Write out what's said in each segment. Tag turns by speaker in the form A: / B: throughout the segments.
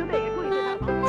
A: 球队也注意对他防守。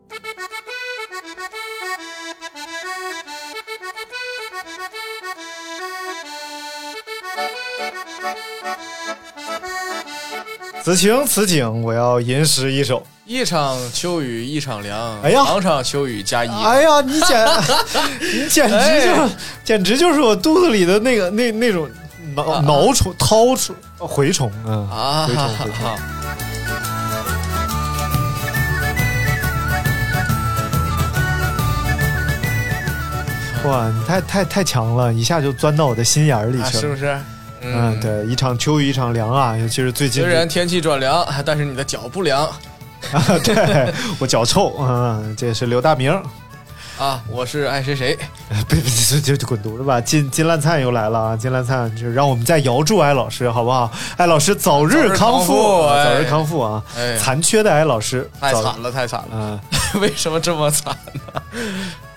B: 此情此景，我要吟诗一首。
C: 一场秋雨一场凉，
B: 哎呀
C: 两场秋雨加一。
B: 哎呀，你 简你简直就、简直就是我肚子里的那个那那种挠挠虫、掏虫、蛔虫啊！
C: 啊
B: 回头
C: 哈
B: 回头
C: 哈！
B: 哇，你太太太强了，一下就钻到我的心眼儿里
C: 啊
B: 去了。
C: 是不是？
B: 嗯，。对，一场秋雨一场凉啊，尤其是最近
C: 虽
B: 这，
C: 然天气转凉， 但是你的脚不凉
B: 对我脚臭啊、嗯，这也是刘大明，
C: 啊！我是爱谁谁，
B: 别别别，就就滚犊子吧！金金烂灿又来了啊！金烂灿，就让我们再遥祝艾老师好不好？艾老师早日康
C: 早日康复
B: 啊
C: 哎
B: 早日康复啊！
C: 哎
B: 残缺的艾老师，
C: 太
B: 早
C: 惨了，太惨了！
B: 啊！
C: 为什么这么惨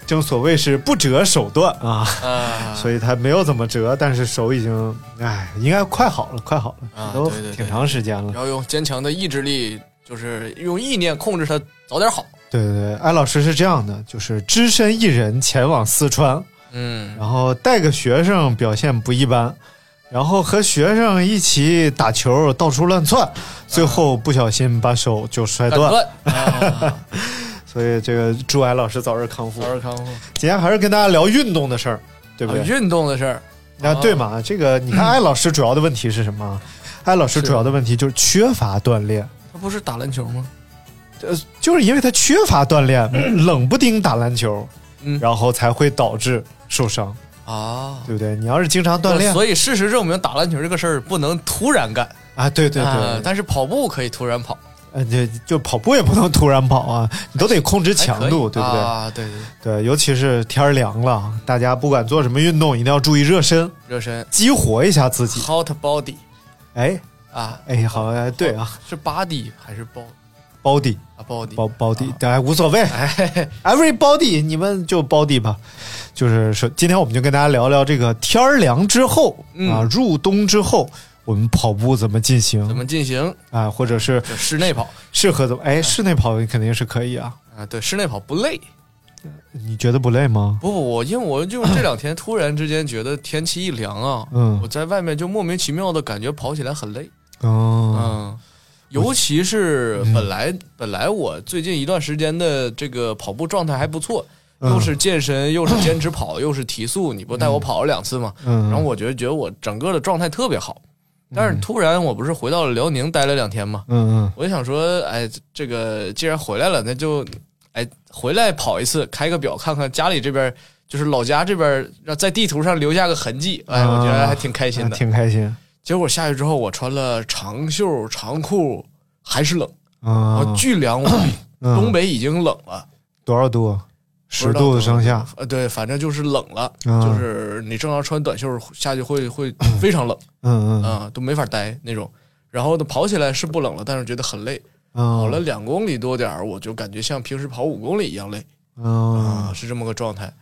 B: 正所谓是不折手段啊，
C: 啊？
B: 所以他没有怎么折，但是手已经，哎，应该快好了，快好了，
C: 啊
B: 都
C: 对对对
B: 挺长时间了。
C: 要用坚强的意志力，就是用意念控制它早点好。
B: 对对对，艾老师是这样的，就是只身一人前往四川，
C: 嗯，
B: 然后带个学生表现不一般，然后和学生一起打球到处乱窜，最后不小心把手就摔
C: 敢
B: 断。
C: 断啊！
B: 所以这个祝艾老师早日康复。
C: 早日康复。
B: 今天还是跟大家聊运动的事儿，对不
C: 啊
B: 对？
C: 运动的事儿，
B: 那、
C: 啊
B: 对嘛？这个你看，艾老师主要的问题是什么？艾老师主要的问题就是缺乏锻炼。
C: 他不是打篮球吗？
B: 呃，就是因为他缺乏锻炼，冷不丁打篮球，
C: 嗯
B: 然后才会导致受伤，
C: 啊，
B: 对不对？你要是经常锻炼
C: 所以事实证明，打篮球这个事儿不能突然干，
B: 啊，对对对，
C: 啊但是跑步可以突然跑，
B: 呃，就就跑步也不能突然跑啊，你都得控制强度，对不
C: 还可以
B: 对？
C: 啊，对对，对
B: 对，尤其是天儿凉了，大家不管做什么运动，一定要注意热身，
C: 热身
B: 激活一下自己。
C: ，hot body
B: 哎
C: 啊，
B: 哎，好，哎对啊
C: 是 body 还是 body
B: ，body
C: 啊 body
B: 包包底，哎，无所谓
C: 哎，
B: ，everybody，你们就包底吧。就是说，今天我们就跟大家聊聊这个天儿凉之后、
C: 嗯
B: 啊，入冬之后，我们跑步怎么进行？
C: 怎么进行？
B: 啊，或者是
C: 就室内跑
B: 适合怎么？
C: 嗯
B: 哎，室内跑肯定是可以啊。
C: 啊，对，室内跑不累。
B: 你觉得不累吗？
C: 不不，我因为我就这两天突然之间觉得天气一凉啊，
B: 嗯
C: 我在外面就莫名其妙的感觉跑起来很累，
B: 嗯，
C: 嗯，尤其是本来、本来我最近一段时间的这个跑步状态还不错，
B: 嗯
C: 又是健身，又是坚持跑，又是提速，你不带我跑了两次吗？
B: 嗯
C: 然后我觉得觉得我整个的状态特别好，但是突然我不是回到了辽宁待了两天吗？
B: 嗯
C: 我就想说，哎，这个既然回来了，那就哎回来跑一次，开个表看看家里这边，就是老家这边，让在地图上留下个痕迹。哎，我觉得还挺开心
B: 嗯，
C: 的。
B: 挺开心。
C: 结果下去之后，我穿了长袖长裤，还是冷，
B: 啊
C: 啊，巨 凉无比。
B: 嗯
C: 东北已经冷了，
B: 多少度？啊
C: 不
B: 十
C: 知道
B: 度上下。。
C: 呃，对，反正就是冷了，
B: 嗯
C: 就是你正常穿短袖下去会 会非常冷
B: 嗯嗯
C: 啊，都没法待那种。然后呢，跑起来是不冷了，但是觉得很累。
B: 嗯，
C: 跑了两公里多点儿，我就感觉像平时跑五公里一样累啊、
B: 嗯，
C: 是这么个状态。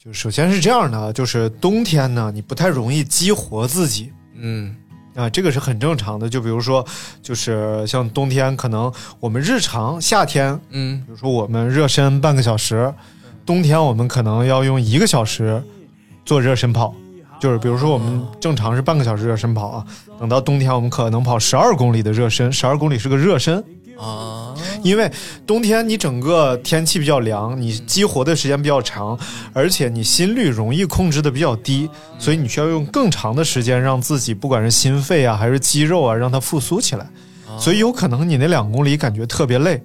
B: 就首先是这样的，啊就是冬天呢，你不太容易激活自己。
C: 嗯
B: 啊，这个是很正常的。就比如说，就是像冬天，可能我们日常夏天，
C: 嗯
B: 比如说我们热身半个小时，冬天我们可能要用一个小时做热身跑。就是比如说我们正常是半个小时热身跑啊，等到冬天我们可能跑十二公里的热身，十二公里是个热身，
C: 啊，
B: 因为冬天你整个天气比较凉，你激活的时间比较长，而且你心率容易控制的比较低，所以你需要用更长的时间让自己不管是心肺啊还是肌肉啊让它复苏起来，所以有可能你那两公里感觉特别累，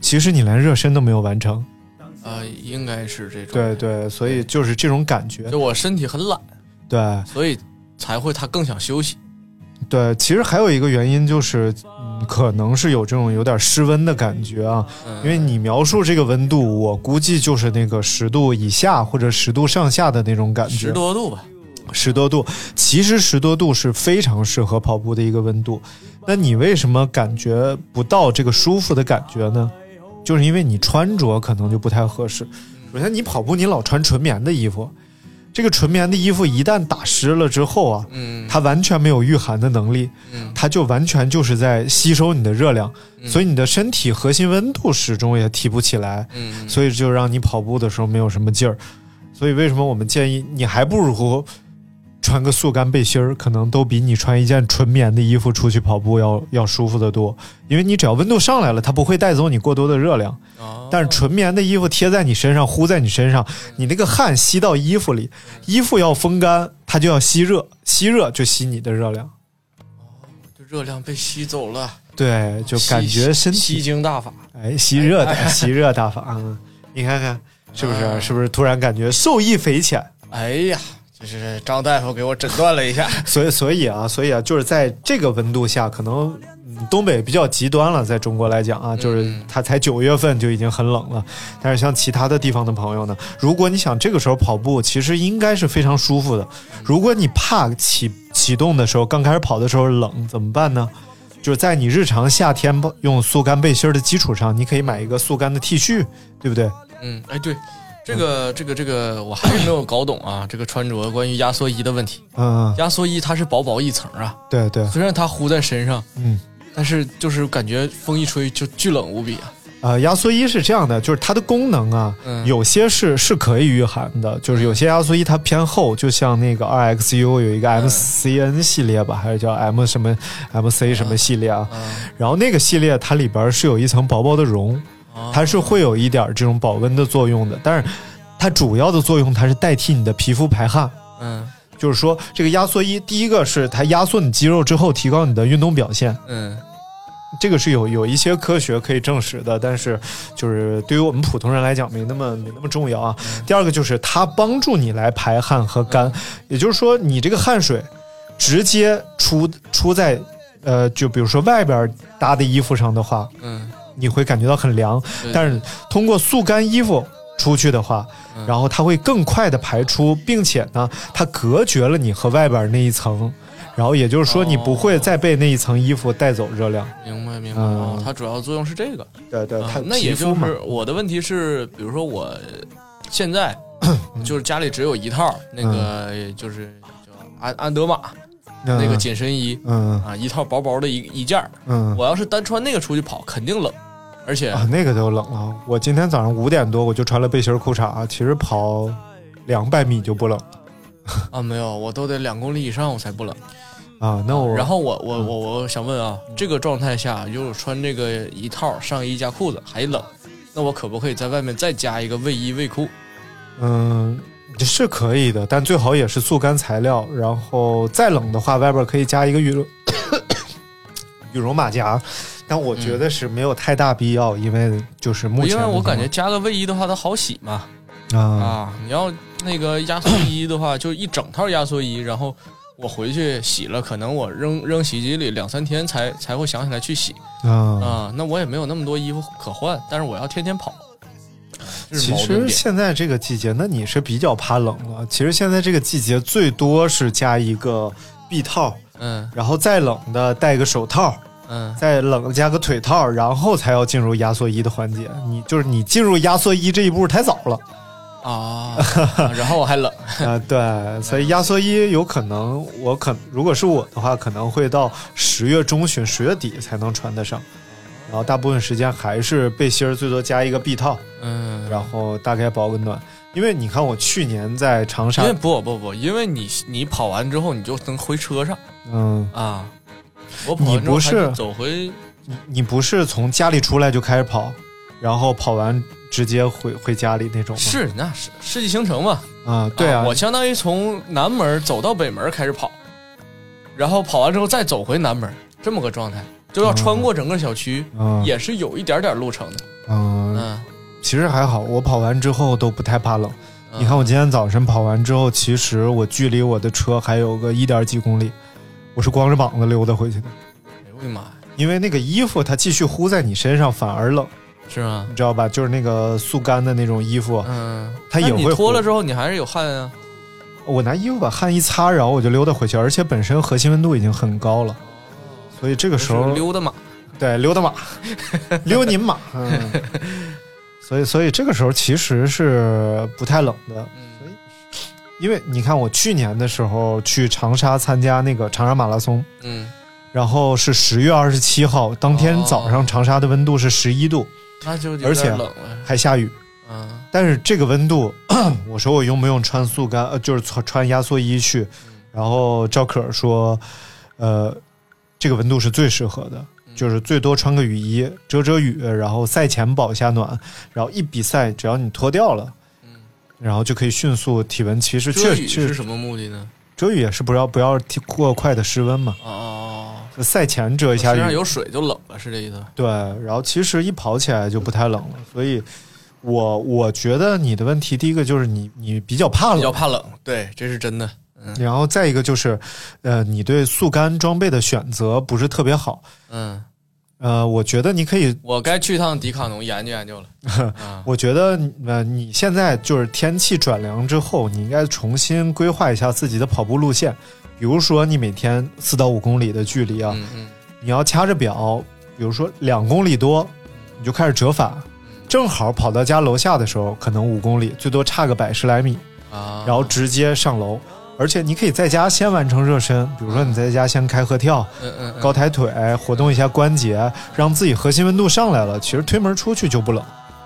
B: 其实你连热身都没有完成。
C: 啊，应该是这种。
B: 对，对，所以就是这种感觉。
C: 就我身体很懒，
B: 对，
C: 所以才会他更想休息。
B: 对，其实还有一个原因就是，嗯可能是有这种有点失温的感觉啊，
C: 嗯
B: 因为你描述这个温度，我估计就是那个十度以下或者十度上下的那种感觉，
C: 十多度吧，
B: 十多度，其实十多度是非常适合跑步的一个温度。那你为什么感觉不到这个舒服的感觉呢？就是因为你穿着可能就不太合适。首先，你跑步你老穿纯棉的衣服，这个纯棉的衣服一旦打湿了之后啊，
C: 嗯，
B: 它完全没有御寒的能力，
C: 嗯
B: 它就完全就是在吸收你的热量，所以你的身体核心温度始终也提不起来。
C: 嗯，
B: 所以就让你跑步的时候没有什么劲儿。所以为什么我们建议你还不如穿个速干背心儿，可能都比你穿一件纯棉的衣服出去跑步要要舒服得多，因为你只要温度上来了，它不会带走你过多的热量。
C: 哦
B: 但是纯棉的衣服贴在你身上，呼在你身上，你那个汗吸到衣服里，衣服要风干，它就要吸热，吸热就吸你的热量。
C: 就热量被吸走了，
B: 对，就感觉身体
C: 吸精大法。
B: 哎，吸热的，吸热大法啊！你看看是不是？
C: 啊
B: 是不是突然感觉受益匪浅？
C: 哎呀，这是张大夫给我诊断了一下，
B: 所以，所以啊，所以啊，就是在这个温度下，可能、嗯、东北比较极端了，在中国来讲啊，就是它才九月份就已经很冷了。但是像其他的地方的朋友呢，如果你想这个时候跑步，其实应该是非常舒服的。如果你怕启启动的时候，刚开始跑的时候冷怎么办呢？就是在你日常夏天不用速干背心儿的基础上，你可以买一个速干的 T 恤，对不对？
C: 嗯，哎，对，这个这个这个，我还是没有搞懂啊，这个穿着关于压缩衣的问题。
B: 嗯，
C: 压缩衣它是薄薄一层啊，
B: 对对，
C: 虽然它糊在身上，
B: 嗯。
C: 但是就是感觉风一吹就巨冷无比啊。
B: 呃，压缩衣是这样的，就是它的功能啊，
C: 嗯
B: 有些是是可以御寒的，就是有些压缩衣它偏厚，就像那个 RXU 有一
C: 嗯
B: 个 MCN 系列吧，还是叫 M 什么 MC 什么系列啊，
C: 嗯，
B: 然后那个系列它里边是有一层薄薄的绒，
C: 哦啊
B: 它是会有一点这种保温的作用的，但是它主要的作用它是代替你的皮肤排汗。
C: 嗯
B: 就是说，这个压缩衣，第一个是它压缩你肌肉之后，提高你的运动表现，
C: 嗯
B: 这个是有有一些科学可以证实的，但是就是对于我们普通人来讲没那么没那么重要啊。
C: 嗯
B: 第二个就是它帮助你来排汗和干，也就是说你这个汗水直接出出在呃，就比如说外边搭的衣服上的话，
C: 嗯，
B: 你会感觉到很凉，
C: 对
B: 但是通过速干衣服出去的话，
C: 嗯
B: 然后它会更快的排出，并且呢，它隔绝了你和外边那一层，然后也
C: 哦
B: 就是说你不会再被那一层衣服带走热量。
C: 明白明白。
B: 嗯
C: 哦，它主要作用是这个。
B: 对对，
C: 啊
B: 它
C: 那
B: 皮
C: 也
B: 肤
C: 就
B: 嘛
C: 是我的问题是，比如说我现 在就是家里只有一套那
B: 嗯
C: 个就是叫安安德玛那个紧身衣
B: 嗯
C: 啊，一套薄薄的一一件儿
B: 嗯
C: 我要是单穿那个出去跑，肯定冷，而且
B: 啊，那个都冷了。我今天早上五点多我就穿了背心儿裤衩，其实跑两百米就不冷
C: 啊没有，我都得两公里以上我才不冷。
B: 啊。那我
C: 然后我我我我想问
B: 嗯
C: 啊，这个状态下，如果穿这个一套上衣加裤子还冷，那我可不可以在外面再加一个卫衣卫裤？
B: 嗯。是可以的，但最好也是速干材料。然后再冷的话，外边可以加一个羽绒 羽绒马甲，但我觉得是没有太大必要，因为就是目前
C: 嗯
B: 啊
C: 因为
B: 的
C: 我
B: 情
C: 感觉加个卫衣的话，它好洗嘛。
B: 况啊，
C: 啊，你要那个压缩衣的话，就一整套压缩衣，然后我回去洗了，可能我扔扔洗衣机里两三天才才会想起来去洗
B: 啊
C: 啊。那我也没有那么多衣服可换，但是我要天天跑，这是
B: 其
C: 矛盾
B: 实
C: 点。
B: 现在这个季节，那你是比较怕冷了。其实现在这个季节最多是加一个臂套，
C: 嗯
B: 然后再冷的戴个手套，
C: 嗯
B: 再冷加个腿套，然后才要进入压缩衣的环节。你就是你进入压缩衣这一步太早 了
C: 啊， 然后我还冷，
B: 啊、对，所以压缩衣有可能我可如果是我的话，可能会到十月中旬、十月底才能穿得上。然后大部分时间还是背心儿，最多加一个臂套，
C: 嗯，
B: 然后大概保个暖。因为你看，我去年在长沙
C: 因为不不不，因为你你跑完之后你就能回车上
B: 嗯，
C: 啊。我跑完之
B: 你不
C: 后还
B: 是
C: 得走回
B: 你你不是从家里出来就开始跑，然后跑完直接回回家里那种吗？
C: 是那是世纪星城嘛，
B: 啊，对啊，
C: 我相当于从南门走到北门开始跑，然后跑完之后再走回南门，这么个状态，就要穿过整个小区，
B: 嗯
C: 也是有一点点路程的。
B: 嗯，
C: 嗯，
B: 其实还好，我跑完之后都不太怕冷，
C: 嗯
B: 你看我今天早晨跑完之后，其实我距离我的车还有个一点几公里，我是光着膀子溜达回去的，
C: 哎呦我的妈呀，
B: 因为那个衣服它继续呼在你身上，反而冷，
C: 是吗
B: 你？知道吧？就是那个速干的那种衣服，
C: 嗯，
B: 它也
C: 那你
B: 会
C: 脱
B: 糊
C: 了之后，你还是有汗啊。
B: 我拿衣服把汗一擦，然后我就溜达回去，而且本身核心温度已经很高了，所以这个时
C: 就
B: 候
C: 是溜达嘛，
B: 对溜 达马，溜您马，嗯，所以所以这个时候其实是不太冷的，
C: 嗯
B: 因为你看我去年的时候去长沙参加那个长沙马拉松，
C: 嗯，
B: 然后是十月二十七号，当天早上长沙的温度是十一度，
C: 那就有
B: 而且
C: 点冷了。
B: 还下雨，
C: 嗯，
B: 但是这个温度， 我说我用不用穿速干，呃，就是穿穿压缩衣去？然后赵可说，呃，这个温度是最适合的，
C: 嗯
B: 就是最多穿个雨衣遮遮雨，然后赛前保一下暖，然后一比赛只要你脱掉了，然后就可以迅速体温，其实确
C: 嗯遮雨是
B: 实
C: 什么目的呢？
B: 遮雨也是不要不要提过快的湿温嘛，
C: 哦，
B: 就赛前遮一下
C: 身上
B: 雨，
C: 有水就冷了，是这意思吧？
B: 对，然后其实一跑起来就不太冷了，所以。我我觉得你的问题，第一个就是你你比较怕
C: 比
B: 冷
C: 较，怕冷，对，这是真的。
B: 然后再一个就是，呃，你对速干装备的选择不是特别好。
C: 嗯，
B: 呃，我觉得你可以，
C: 我该去趟迪卡侬研究研究了。啊，
B: 我觉得呃，你现在就是天气转凉之后，你应该重新规划一下自己的跑步路线。比如说，你每天四到五公里的距离啊，
C: 嗯嗯，
B: 你要掐着表，比如说两公里多，你就开始折
C: 嗯
B: 返，正好跑到家楼下的时候，可能五公里，最多差个百十来米。
C: 啊，
B: 然后直接上楼。而且你可以在家先完成热身，比如说你在家先开合跳、
C: 嗯嗯
B: 高抬腿，活动一下关节，让自己核心温度上来了。其实推门出去就不冷。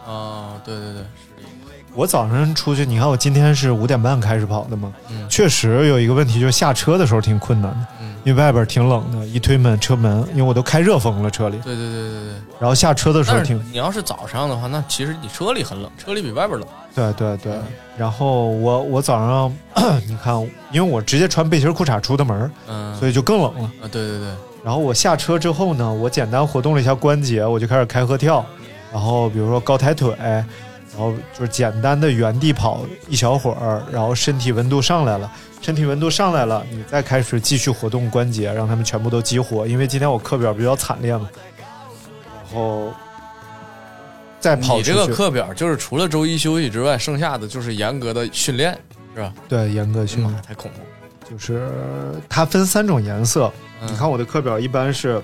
C: 嗯，哦，对对对，是这意思。
B: 我早上出去，你看我今天是五点半开始跑的嘛，
C: 嗯
B: 确实有一个问题，就是下车的时候挺困难的，
C: 嗯
B: 因为外边挺冷的，一推门车门，因为我都开热风了车里，
C: 对对对对对。
B: 然后下车的时候
C: 但是
B: 挺
C: 你要是早上的话，那其实你车里很冷，车里比外边冷。
B: 对对对，然后我我早上 你看，因为我直接穿背心裤衩出的门，
C: 嗯，
B: 所以就更冷了。
C: 啊，对对对，
B: 然后我下车之后呢，我简单活动了一下关节，我就开始开合跳，然后比如说高抬腿，然后就是简单的原地跑一小会儿，然后身体温度上来了，身体温度上来了，你再开始继续活动关节，让他们全部都激活，因为今天我课表比较惨烈嘛，然后再跑
C: 你
B: 出去
C: 这个课表就是除了周一休息之外，剩下的就是严格的训练，是吧？
B: 对严格训
C: 妈
B: 练，
C: 太恐怖了。
B: 就是它分三种颜色，
C: 嗯
B: 你看我的课表一般是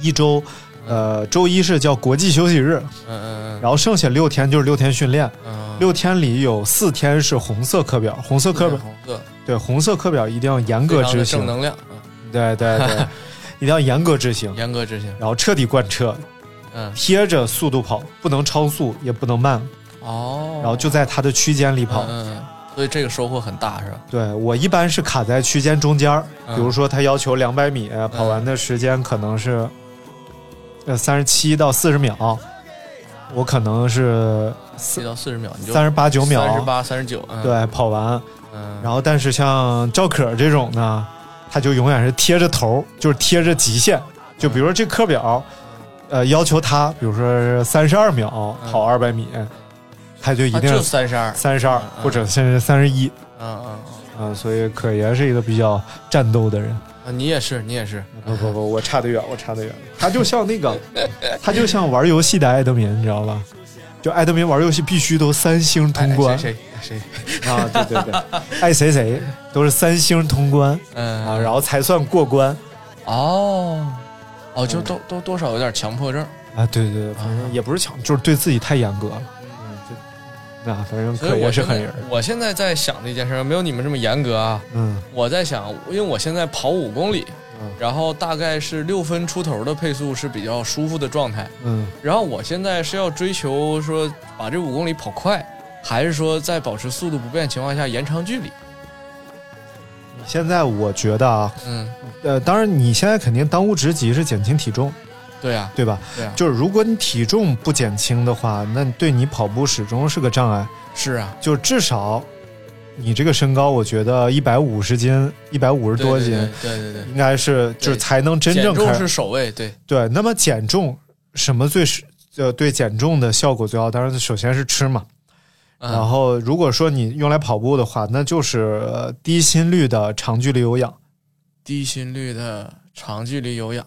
B: 一周。呃，周一是叫国际休息日，
C: 嗯，嗯嗯
B: 然后剩下六天就是六天训练，
C: 嗯，
B: 六天里有四天是红色课表，红色课表
C: 红色，
B: 对红色课表一定要严
C: 非
B: 格
C: 常的
B: 执
C: 正
B: 行，
C: 能量，嗯
B: 对对 对，一定要严格执行，
C: 严格执行。
B: 然后彻底贯彻，
C: 嗯，
B: 贴着速度跑，不能超速也不能慢，
C: 哦，
B: 然后就在它的区间里跑。
C: 嗯，嗯嗯所以这个收获很大，是吧？
B: 对我一般是卡在区间中间儿，
C: 嗯
B: 比如说他要求两百米跑完的时间可能是呃三十七到四十秒，我可能是
C: 一到四十秒，你就
B: 三十八九秒，
C: 三十八、三十九，嗯，
B: 对跑完。
C: 嗯，
B: 然后，但是像赵可这种呢，他就永远是贴着头，就是贴着极限。就比如说这课表，呃，要求他，比如说三十二秒跑二百米，他就一
C: 他
B: 定
C: 啊就三十二，
B: 三十二或者甚至三十一
C: 嗯嗯嗯
B: 啊。所以可爷是一个比较战斗的人。
C: 啊，你也是，你也是，
B: 不不不，我差得远，我差得远。他就像那个，他就像玩游戏的艾德民，你知道吧？就艾德民玩游戏必须都三星
C: 哎
B: 通关、
C: 谁谁谁，
B: 啊！对对对，爱谁谁都是三星通关。
C: 嗯
B: 啊，然后才算过关
C: 哦哦，就都都多少有点强迫症，
B: 啊。对对对，反正也不是强，就是对自己太严格了。嗯，就那反正
C: 所
B: 可
C: 以
B: 也
C: 我
B: 是
C: 现在
B: 狠人。
C: 我现在在想的一件事，没有你们这么严格啊。
B: 嗯，
C: 我在想，因为我现在跑五公里
B: 嗯，
C: 然后大概是六分出头的配速是比较舒服的状态。
B: 嗯，
C: 然后我现在是要追求说把这五公里跑快，还是说在保持速度不变的情况下延长距离？
B: 现在我觉得啊，
C: 嗯，
B: 呃，当然你现在肯定当务之急是减轻体重，
C: 对啊，
B: 对吧？
C: 对啊，
B: 就是如果你体重不减轻的话，那对你跑步始终是个障碍。
C: 是啊，
B: 就至少你这个身高，我觉得一百五十斤、一百五十多
C: 对
B: 斤，
C: 对对对
B: 应该是就是
C: 对
B: 才能真
C: 对，减
B: 正
C: 重
B: 开
C: 是首位，对，
B: 对，那么减重什么最是呃对减重的效果最好？当然，首先是吃嘛。
C: 嗯
B: 然后如果说你用来跑步的话，那就是呃低心率的长距离有氧。
C: 低心率的长距离有氧。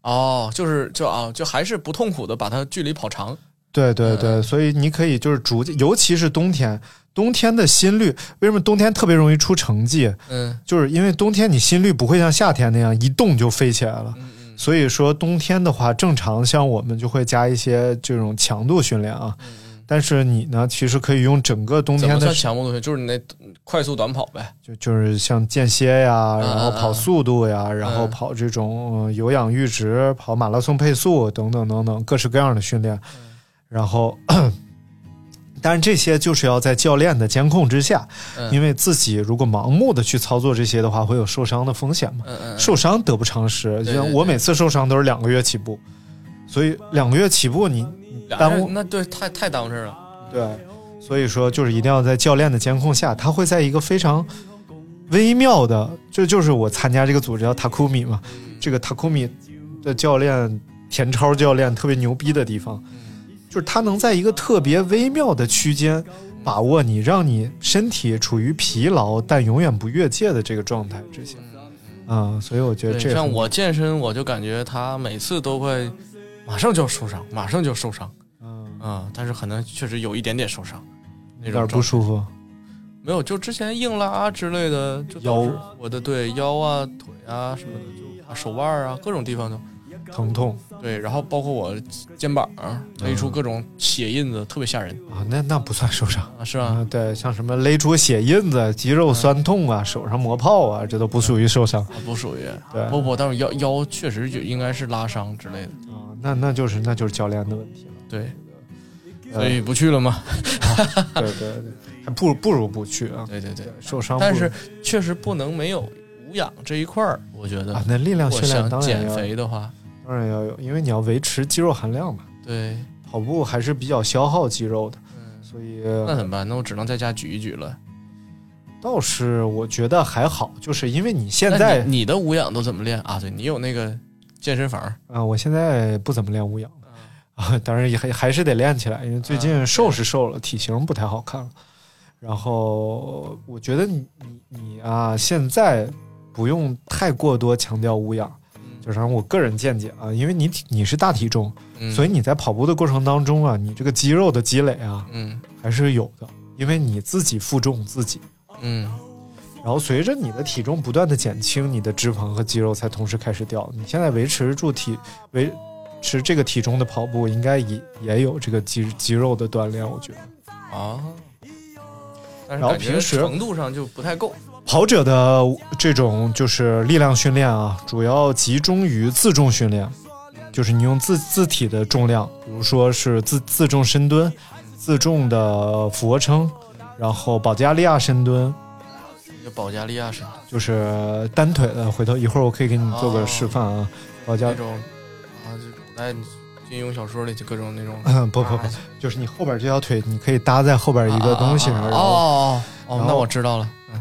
C: 哦，就是就啊，就还是不痛苦的把它距离跑长。
B: 对对
C: 嗯
B: 对，所以你可以就是逐渐，尤其是冬天，冬天的心率为什么冬天特别容易出成绩？
C: 嗯
B: 就是因为冬天你心率不会像夏天那样一动就飞起来了。
C: 嗯
B: 所以说冬天的话，正常像我们就会加一些这种强度训练啊。但是你呢，其实可以用整个冬
C: 嗯怎
B: 天
C: 么
B: 的
C: 算，强迫动学？就是你那快速短跑呗。
B: 就就是像间歇呀，
C: 嗯
B: 然后跑速度呀，然后跑这种呃有氧阈值、跑马拉松配速等等等等各式各样的训练。
C: 嗯
B: 然后，但是这些就是要在教练的监控之下，
C: 嗯
B: 因为自己如果盲目的去操作这些的话，会有受伤的风险嘛。
C: 嗯嗯，
B: 受伤得不偿失，就
C: 对
B: 像
C: 对
B: 我
C: 对
B: 每次受伤都是两个月起步，所以两个月起步你你
C: 俩
B: 耽
C: 人
B: 误
C: 哎那对太太耽误事儿了。
B: 对，所以说就是一定要在教练的监控下，他会在一个非常微妙的，这就是我参加这个组织叫 Takumi 嘛，这个 Takumi 的教练田超教练特别牛逼的地方，就是他能在一个特别微妙的区间。把握你，让你身体处于疲劳但永远不越界的这个状态之下，啊、所以我觉得
C: 嗯对，
B: 这
C: 像
B: 很
C: 我健身，我就感觉他每次都会马上就受伤，马上就受伤。
B: 嗯，
C: 嗯，但是可能确实有一点点受伤，那
B: 有点
C: 种
B: 不
C: 状态
B: 舒服。
C: 没有，就之前硬拉啊之类的，就导致我的对腰啊、腿啊什么的，就啊手腕啊各种地方都
B: 疼痛
C: 对，然后包括我肩膀啊勒
B: 嗯
C: 出各种血印子，特别吓人
B: 啊，那那不算受伤
C: 啊，是嗯
B: 啊
C: 吧？。
B: 对，像什么勒出血印子、肌肉酸痛啊、手上磨泡啊，这都不属于受伤。
C: 啊不属于，
B: 对
C: 不不，但是腰腰确实就应该是拉伤之类的，
B: 啊，那那就是那就是教练的问题了。
C: 对，
B: 呃
C: 所以不去了嘛。
B: 对对对，还不如不如不去啊。
C: 对对对，
B: 受伤不如，
C: 但是确实不能没有无氧这一块儿，我觉得
B: 啊，，那力量
C: 我
B: 训练
C: 想
B: 当然
C: 减
B: 要
C: 肥的话，
B: 当然要有，因为你要维持肌肉含量嘛。
C: 对，
B: 跑步还是比较消耗肌肉的，所以
C: 那怎么办？那我只能在家举一举了。
B: 倒是我觉得还好，就是因为你现
C: 那
B: 在
C: 你你的无氧都怎么练啊？对你有那个健身房，
B: 啊，我现在不怎么练无氧了啊，当然也还还是得练起来，因为最近瘦是瘦了，体型不太好看了。然后我觉得你你你啊，现在不用太过多强调无氧，就是按我个人见解啊，因为你体你是大体重，
C: 嗯、
B: 所以你在跑步的过程当中啊，你这个肌肉的积累啊
C: 嗯
B: 还是有的，因为你自己负重自己。
C: 嗯
B: 然后随着你的体重不断的减轻，你的脂肪和肌肉才同时开始掉。你现在维持住体维持这个体重的跑步，应该也也有这个肌肌肉的锻炼。我觉得
C: 啊，
B: 然
C: 但是
B: 后
C: 感觉
B: 平时
C: 程度上就不太够，
B: 跑者的这种就是力量训练啊，主要集中于自重训练，就是你用自自体的重量，比如说是自自重深蹲、自重的俯卧撑，然后保加利亚深蹲，
C: 就保加利亚式
B: 就是单腿的。回头一会儿我可以给你做个
C: 哦
B: 示范啊，保加
C: 那种啊，就古代金庸小说里就各种那种
B: 嗯， 不不
C: 啊
B: 不，就是你后边这条腿，你可以搭在后边一个东西，
C: 啊啊啊
B: 然
C: 啊
B: 后
C: 哦哦哦
B: 然，后
C: 那我知道了，嗯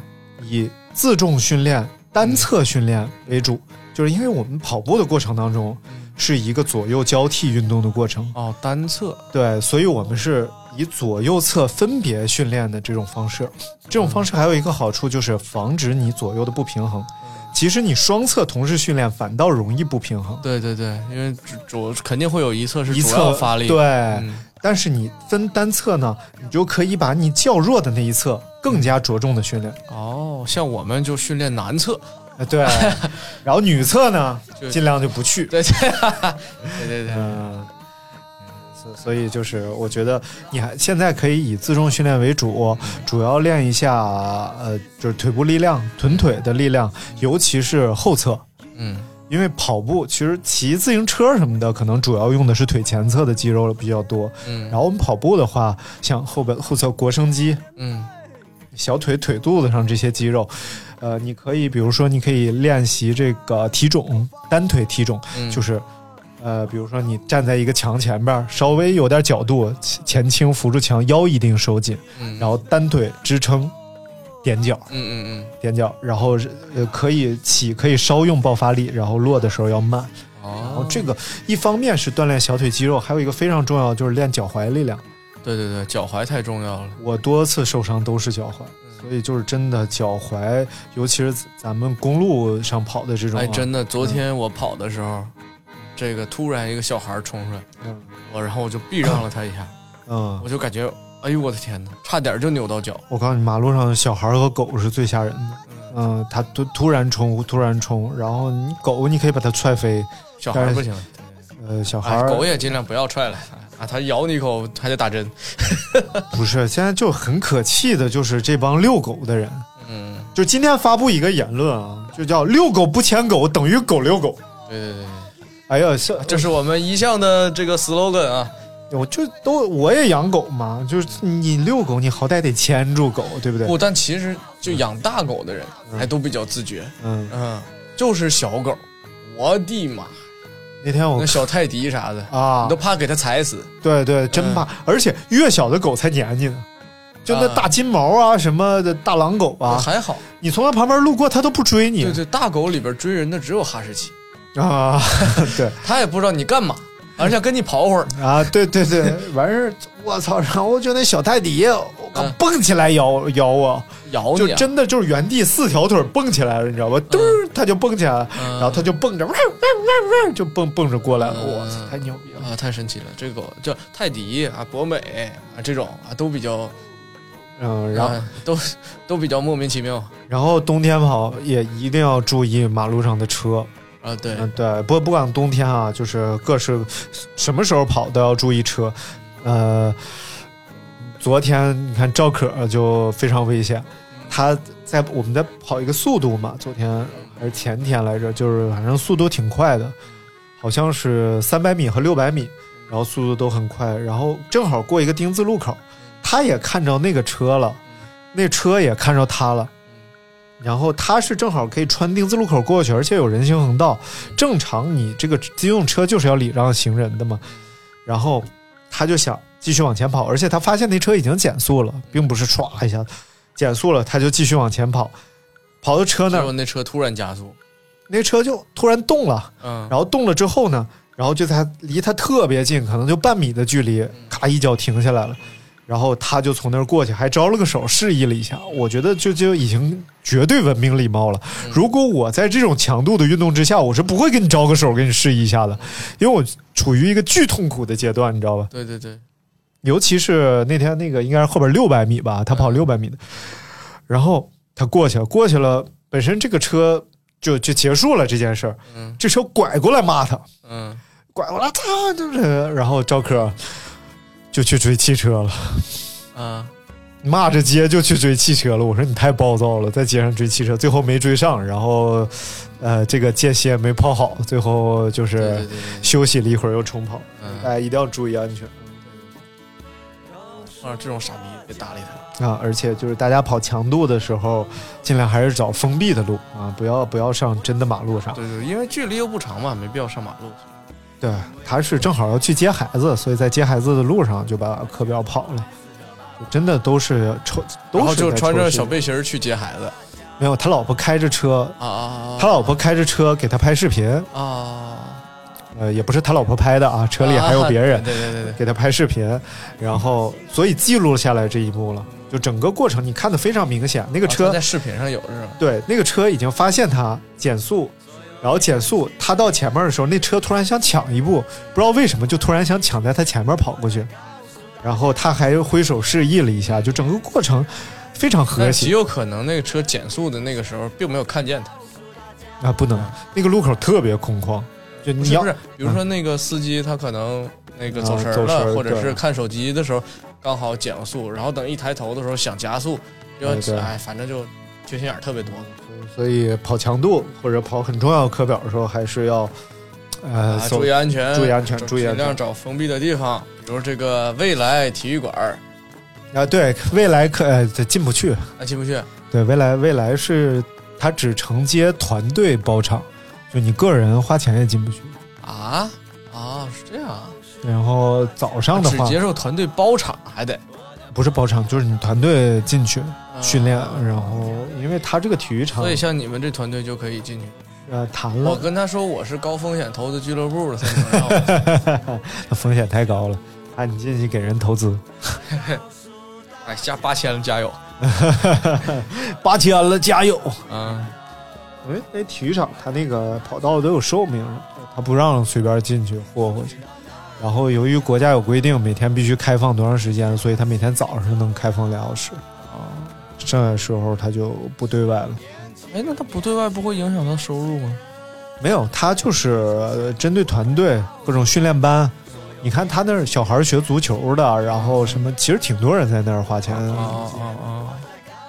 B: 以自重训练、单侧训练为主，就是因为我们跑步的过程当中
C: 嗯
B: 是一个左右交替运动的过程，
C: 哦，单侧
B: 对，所以我们是以左右侧分别训练的这种方式。这种方式还有一个好处就是防止你左右的不平衡。
C: 嗯
B: 其实你双侧同时训练反倒容易不平衡，
C: 对对对，因为主主肯定会有一侧是
B: 一
C: 主要
B: 侧
C: 发力，
B: 对，
C: 嗯
B: 但是你分单侧呢，你就可以把你较弱的那一侧更加着重的训练。
C: 哦，像我们就训练男 侧，
B: 呃 对，然后女侧呢，
C: 就
B: 尽量就不去。
C: 对对对对对，
B: 嗯，所所以就是我觉得你还现在可以以自重训练为主，主要练一下呃，就是腿部力量、臀腿的力量，尤其是后侧。
C: 嗯
B: 因为跑步其实骑自行车什么的，可能主要用的是腿前侧的肌肉比较多。
C: 嗯
B: 然后我们跑步的话，像后边后侧腘绳肌，
C: 嗯
B: 小腿、腿肚子上这些肌肉，呃，你可以比如说，你可以练习这个提踵，单腿提踵，
C: 嗯，
B: 就是，呃，比如说你站在一个墙前边儿，稍微有点角度，前前倾扶住墙，腰一定收紧，
C: 嗯
B: 然后单腿支撑，踮脚，
C: 嗯嗯
B: 踮脚，然后呃可以起，可以稍用爆发力，然后落的时候要慢。
C: 嗯，
B: 然后
C: 哦，
B: 这个一方面是锻炼小腿肌肉，还有一个非常重要的就是练脚踝力量。
C: 对对对，脚踝太重要了。
B: 我多次受伤都是脚踝，
C: 嗯
B: 所以就是真的脚踝，尤其是咱们公路上跑的这种、啊，
C: 哎，真的，昨天我跑的时候，这个突然一个小孩冲出来，
B: 嗯
C: 我然后我就避让了他一下，
B: 嗯
C: 我，就感觉，哎呦我的天哪，差点就扭到脚。
B: 我告诉你，马路上小孩和狗是最吓人的。嗯，它突突然冲，突然冲，然后你狗你可以把它踹飞，
C: 小孩儿不行，
B: 呃，小孩
C: 哎，
B: 儿
C: 狗也尽量不要踹了啊，它咬你一口还得打针。
B: 不是，现在就很可气的，就是这帮遛狗的人，
C: 嗯，
B: 就今天发布一个言论啊，就叫“遛狗不牵狗等于狗遛狗
C: 对对对，”。
B: 哎呀，是
C: 啊这是我们一向的这个 slogan 啊。
B: 我就都我也养狗嘛，就是你遛狗，你好歹得牵住狗，对不对？
C: 不，但其实就养大狗的人还都比较自觉，
B: 嗯，
C: 嗯，就是小狗，我的妈，
B: 那天我
C: 那小泰迪啥的，
B: 啊
C: 你都，嗯怕给它踩死。
B: 对对，真怕，而且越小的狗才粘你呢，就那
C: 啊
B: 大金毛啊什么的大狼狗啊，
C: 还好，
B: 你从它旁边路过，它都不追你
C: 对对，大狗里边追人的只有哈士奇，
B: 啊， 对。
C: 它也不知道你干嘛，而且跟你跑会儿。
B: 啊，对对对，完事儿，我操！然后就那小泰迪，我靠
C: 嗯，
B: 蹦起来咬咬我，
C: 咬
B: 就
C: 你、啊，
B: 真的就是原地四条腿蹦起来了，你知道吧？嘟儿，它就蹦起来了，
C: 嗯
B: 然后它就蹦着，汪汪汪汪就蹦蹦着过来了，
C: 嗯
B: 我操，太牛逼了！
C: 啊，太神奇了！这个狗叫泰迪啊、博美啊这种啊，都比较，
B: 嗯，然后
C: 啊都都比较莫名其妙
B: 然后冬天跑也一定要注意马路上的车，
C: 啊。对，
B: 嗯，对，不不管冬天啊，就是各式什么时候跑都要注意车，呃，昨天你看赵可就非常危险，他在我们在跑一个速度嘛，昨天还是前天来着，就是反正速度挺快的，好像是三百米和六百米，然后速度都很快，然后正好过一个丁字路口，他也看着那个车了，那车也看着他了。然后他是正好可以穿丁字路口过去，而且有人行横道。正常你这个机动车就是要礼让行人的嘛。然后他就想继续往前跑，而且他发现那车已经减速了，并不是唰一下减速了，他就继续往前跑，跑到车那
C: 结
B: 儿
C: 果，那车突然加速，
B: 那车就突然动了。
C: 嗯，
B: 然后动了之后呢，然后就在他离他特别近，可能就半米的距离，咔一脚停下来了，然后他就从那儿过去，还招了个手，示意了一下。我觉得就就已经绝对文明礼貌了。如果我在这种强度的运动之下，我是不会给你招个手，给你示意一下的，因为我处于一个巨痛苦的阶段，你知道吧？
C: 对对对，
B: 尤其是那天那个应该是后边六百米吧，他跑六百米的，然后他过去了，过去了，本身这个车就就结束了这件事儿，
C: 嗯
B: 这车拐过来骂他，
C: 嗯，
B: 拐过来，他就是，然后赵柯就去追汽车了，
C: 啊，
B: 骂着街就去追汽车了。我说你太暴躁了，在街上追汽车，最后没追上，然后呃这个间歇没跑好，最后就
C: 对对
B: 是
C: 对对，
B: 休息了一会儿又重跑。
C: 嗯
B: 大，家一定要注意安全。
C: 啊，这种傻逼别搭理他。
B: 啊，而且就是大家跑强度的时候，尽量还是找封闭的路啊，不要不要上真的马路上。
C: 对对，因为距离又不长嘛，没必要上马路。
B: 对，他是正好要去接孩子，所以在接孩子的路上就把课表跑了。就真的都是抽，
C: 然
B: 都
C: 后
B: 是
C: 就
B: 在
C: 穿着
B: 抽血
C: 小背心儿去接孩子
B: 没有，他老婆开着车，
C: 啊啊
B: 他老婆开着车给他拍视频，
C: 啊啊！
B: 呃，也不是他老婆拍的啊，车里还有别
C: 啊
B: 人
C: 对对对对，
B: 给他拍视频，然后所以记录下来这一幕了，就整个过程你看的非常明显，那个
C: 啊他
B: 车
C: 在视频上有是吧？
B: 对，那个车已经发现他减速，然后减速，他到前面的时候，那车突然想抢一步，不知道为什么就突然想抢在他前面跑过去，然后他还挥手示意了一下，就整个过程非常和
C: 但极
B: 谐
C: 有可能那个车减速的那个时候，并没有看见他。
B: 啊，不能，那个路口特别空旷，就你
C: 是
B: 要
C: 嗯不是？比如说那个司机他可能那个走神
B: 啊
C: 儿
B: 走神
C: 了，
B: 儿
C: 或者
B: 对
C: 是看手机的时候刚好减了速，然后等一抬头的时候想加速，就
B: 对对
C: 哎，反正就缺心眼儿特别多。
B: 所以跑强度或者跑很重要的课表的时候，还是要呃
C: 啊，
B: 走
C: 注意安全，
B: 注意安全
C: 找
B: 注意安
C: 尽
B: 全
C: 量找封闭的地方，比如这个未来体育馆儿，
B: 啊，对，未来可呃进不去，
C: 啊，进不去。
B: 对，未来未来是它只承接团队包场，就你个人花钱也进不去。
C: 啊啊，是这样啊，
B: 然后早上的
C: 只
B: 话
C: 啊接受团队包场，还得
B: 不是包场，就是你团队进去训练，
C: 啊
B: 然后因为它这个体育场
C: 所以像你们这团队就可以进去。
B: 呃谈
C: 我
B: 了，
C: 跟他说我是高风险投资俱乐部的，他能让我
B: 风险太高了。哎，你进去给人投资，
C: 哎，加八千了，加油！
B: 八千了，加油！
C: 嗯，
B: 哎，那体育场它那个跑道都有寿命了，它不让随便进去霍霍去。然后由于国家有规定，每天必须开放多长时间，所以它每天早上能开放两小时，啊，剩下的时候它就不对外了。
C: 哎，那他不对外不会影响到收入吗？
B: 没有，他就是呃针对团队各种训练班。你看他那儿小孩儿学足球的，然后什么，其实挺多人在那儿花钱，
C: 啊啊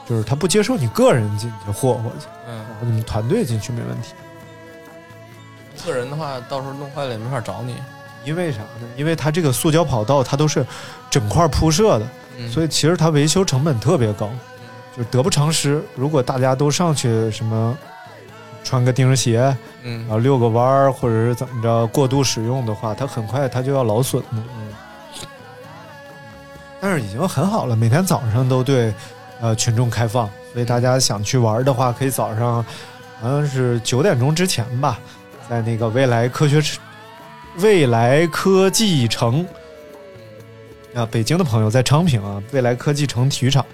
B: 就是他不接受你个人进去霍霍去，
C: 啊！嗯，
B: 然后你们团队进去没问题。
C: 个人的话，到时候弄坏了也没法找你。
B: 因为啥呢？因为它这个塑胶跑道它都是整块铺设的，
C: 嗯
B: 所以其实它维修成本特别高，就是得不偿失。如果大家都上去什么穿个钉儿鞋，然
C: 嗯，
B: 后遛个弯儿，或者是怎么着过度使用的话，它很快它就要劳损的。但是已经很好了，每天早上都对呃群众开放，所以大家想去玩儿的话，可以早上好像是九点钟之前吧，在那个未来科学城未来科技城啊，北京的朋友在昌平啊，未来科技城体育场，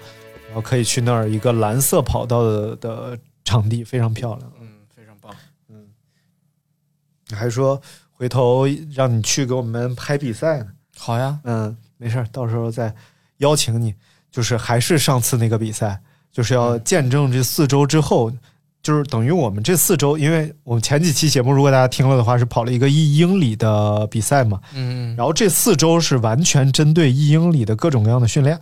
B: 然后可以去那儿一个蓝色跑道的的场地，非常漂亮。
C: 嗯，非常棒。
B: 还说回头让你去给我们拍比赛呢。
C: 好呀，
B: 嗯，没事儿，到时候再邀请你。就是还是上次那个比赛，就是要
C: 嗯
B: 见证这四周之后，就是等于我们这四周，因为我们前几期节目如果大家听了的话，是跑了一个一英里的比赛嘛，
C: 嗯，
B: 然后这四周是完全针对一英里的各种各样的训练。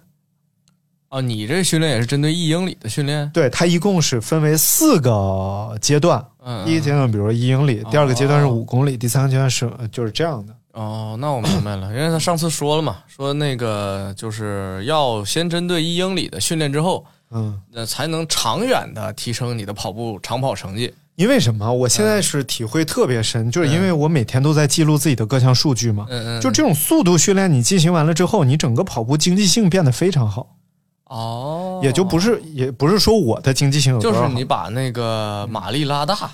C: 哦，你这训练也是针对一英里的训练？
B: 对，它一共是分为四个阶段，
C: 嗯，
B: 第一阶段比如说一英里，第二个阶段是五公里，第三个阶段是呃就是这样的。
C: 哦，那我明 白了，因为他上次说了嘛，说那个就是要先针对一英里的训练之后，
B: 嗯，
C: 那才能长远的提升你的跑步长跑成绩。
B: 因为什么？我现
C: 嗯
B: 在是体会特别深，就是因为我每天都在记录自己的各项数据嘛。
C: 嗯嗯，
B: 就这种速度训练，你进行完了之后，你整个跑步经济性变得非常好，
C: 哦，
B: 也就不是也不是说我的经济性有多
C: 就
B: 好
C: 是你把那个马力拉大，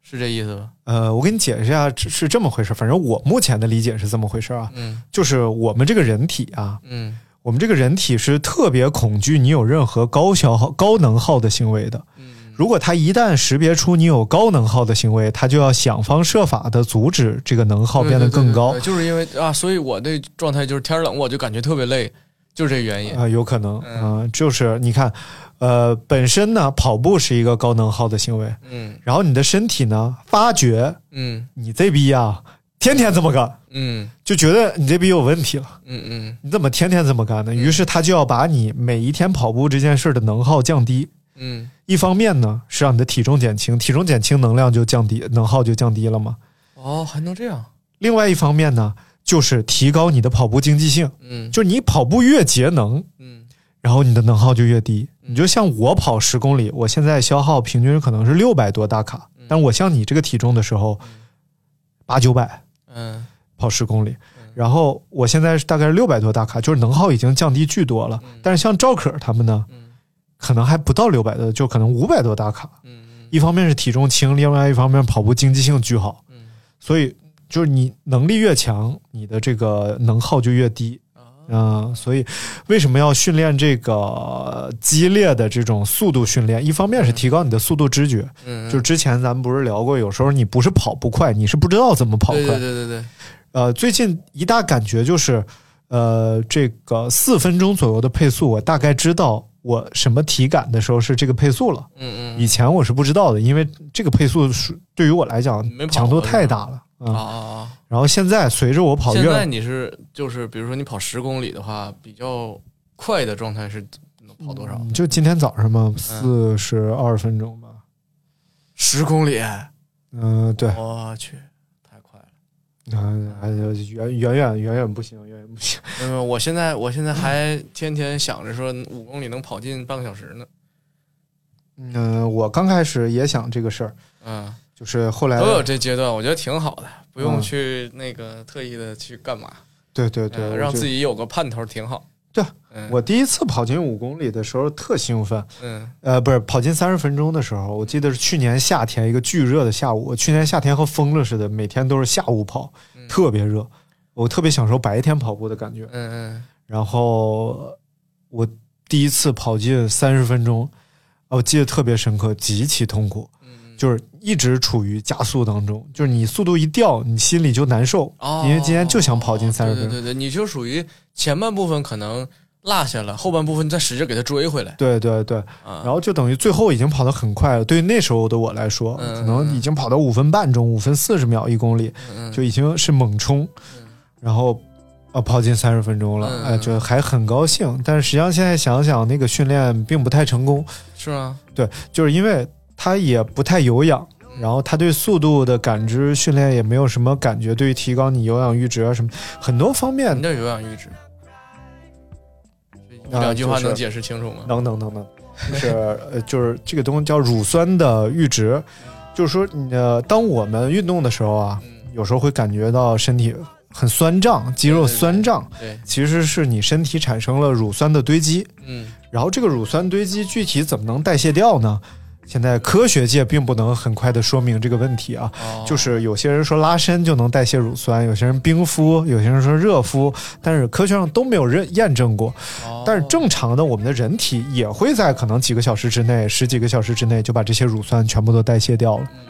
C: 是这意思吧？
B: 呃，我给你解释一下是是这么回事。反正我目前的理解是这么回事啊，
C: 嗯
B: 就是我们这个人体啊，
C: 嗯
B: 我们这个人体是特别恐惧你有任何高消耗、高能耗的行为的。
C: 嗯
B: 如果它一旦识别出你有高能耗的行为，它就要想方设法的阻止这个能耗变得更高
C: 对对对对。就是因为啊，所以我的状态就是天冷我就感觉特别累，就是这原因。
B: 啊、有可能，
C: 嗯
B: 嗯、就是你看，呃，本身呢，跑步是一个高能耗的行为，
C: 嗯
B: 然后你的身体呢，发觉
C: 嗯
B: 你这逼啊，天天这么干，
C: 嗯
B: 就觉得你这逼有问题了，
C: 嗯嗯
B: 你怎么天天这么干呢？于是他就要把你每一天跑步这件事儿的能耗降低。
C: 嗯
B: 一方面呢，是让你的体重减轻，体重减轻，能量就降低，能耗就降低了嘛。
C: 哦，还能这样？
B: 另外一方面呢，就是提高你的跑步经济性，
C: 嗯
B: 就你跑步越节能，
C: 嗯
B: 然后你的能耗就越低。你就像我跑十公里，我现在消耗平均可能是六百多大卡，但我像你这个体重的时候，八九百
C: 嗯
B: 跑十公里，然后我现在是大概是六百多大卡，就是能耗已经降低巨多了。
C: 嗯
B: 但是像赵可他们呢，可能还不到六百的，就可能五百多大卡。
C: 嗯
B: 一方面是体重轻，另外一方面跑步经济性巨好，
C: 嗯
B: 所以就是你能力越强，你的这个能耗就越低。
C: 啊
B: 嗯，所以为什么要训练这个呃激烈的这种速度训练？一方面是提高你的速度知觉，
C: 嗯，
B: 就是之前咱们不是聊过，有时候你不是跑不快，你是不知道怎么跑快。
C: 对对对对对，
B: 呃，最近一大感觉就是，呃，这个四分钟左右的配速，我大概知道我什么体感的时候是这个配速了。
C: 嗯嗯
B: 以前我是不知道的，因为这个配速是对于我来讲
C: 没跑
B: 强度
C: 过
B: 太
C: 是吧
B: 大了。
C: 啊
B: 嗯，
C: 啊啊！
B: 然后现在随着我跑
C: 现
B: 越
C: 在
B: 来，
C: 你是就是比如说你跑十公里的话，比较快的状态是能跑多少？
B: 嗯就今天早上嘛，
C: 嗯
B: 四十二分钟吧。
C: 十公里，
B: 嗯，对，
C: 我去，太快了！
B: 嗯，还有远远远远远不行，远远不行。
C: 没有没有，我现在我现在还天天想着说五公里能跑进半个小时呢。
B: 嗯，我刚开始也想这个事儿，
C: 嗯，
B: 就是后来
C: 都有这阶段，我觉得挺好的，不用
B: 哎嗯
C: 去那个特意的去干嘛，
B: 对对对，
C: 嗯
B: 我
C: 让
B: 就
C: 自。己有个盼头挺好。
B: 对，啊
C: 嗯，
B: 我第一次跑进五公里的时候特兴奋，
C: 嗯
B: 呃，不是跑进三十分钟的时候，我记得是去年夏天一个巨热的下午，我去年夏天和疯了似的，每天都是下午跑，特别热。我特别享受白天跑步的感觉。
C: 嗯
B: 然后我第一次跑进三十分钟，啊我记得特别深刻，极其痛苦，
C: 嗯，
B: 就是一直处于加速当中，就是你速度一掉，你心里就难受，
C: 哦，
B: 因为今天就想跑进三十分
C: 对
B: 钟。
C: 对对对，你就属于前半部分可能落下了，后半部分再使劲给它追回来。
B: 对对对，
C: 啊、
B: 然后就等于最后已经跑得很快了。对于那时候的我来说，
C: 嗯
B: 可能已经跑到五分半钟，五分四十秒一公里，
C: 嗯
B: 就已经是猛冲，然后啊跑进三十分钟了，
C: 嗯
B: 哎，就还很高兴。但是实际上现在想想，那个训练并不太成功，
C: 是吗？
B: 对，就是因为他也不太有氧，
C: 嗯
B: 然后他对速度的感知训练也没有什么感觉，对于提高你有氧阈值啊什么很多方面
C: 你这有氧阈值，一
B: 啊
C: 两句话
B: 就是
C: 能解释清楚吗？
B: 能能能能，就是呃，就是这个东西叫乳酸的阈值，就是说，呃，当我们运动的时候啊，
C: 嗯，
B: 有时候会感觉到身体很酸胀，肌肉酸胀，
C: 对，
B: 其实是你身体产生了乳酸的堆积。
C: 嗯
B: 然后这个乳酸堆积具体怎么能代谢掉呢？现在科学界并不能很快的说明这个问题啊，
C: 哦，
B: 就是有些人说拉伸就能代谢乳酸，有些人冰敷，有些人说热敷，但是科学上都没有认验证过。
C: 哦
B: 但是正常的我们的人体也会在可能几个小时之内、十几个小时之内就把这些乳酸全部都代谢掉了。
C: 嗯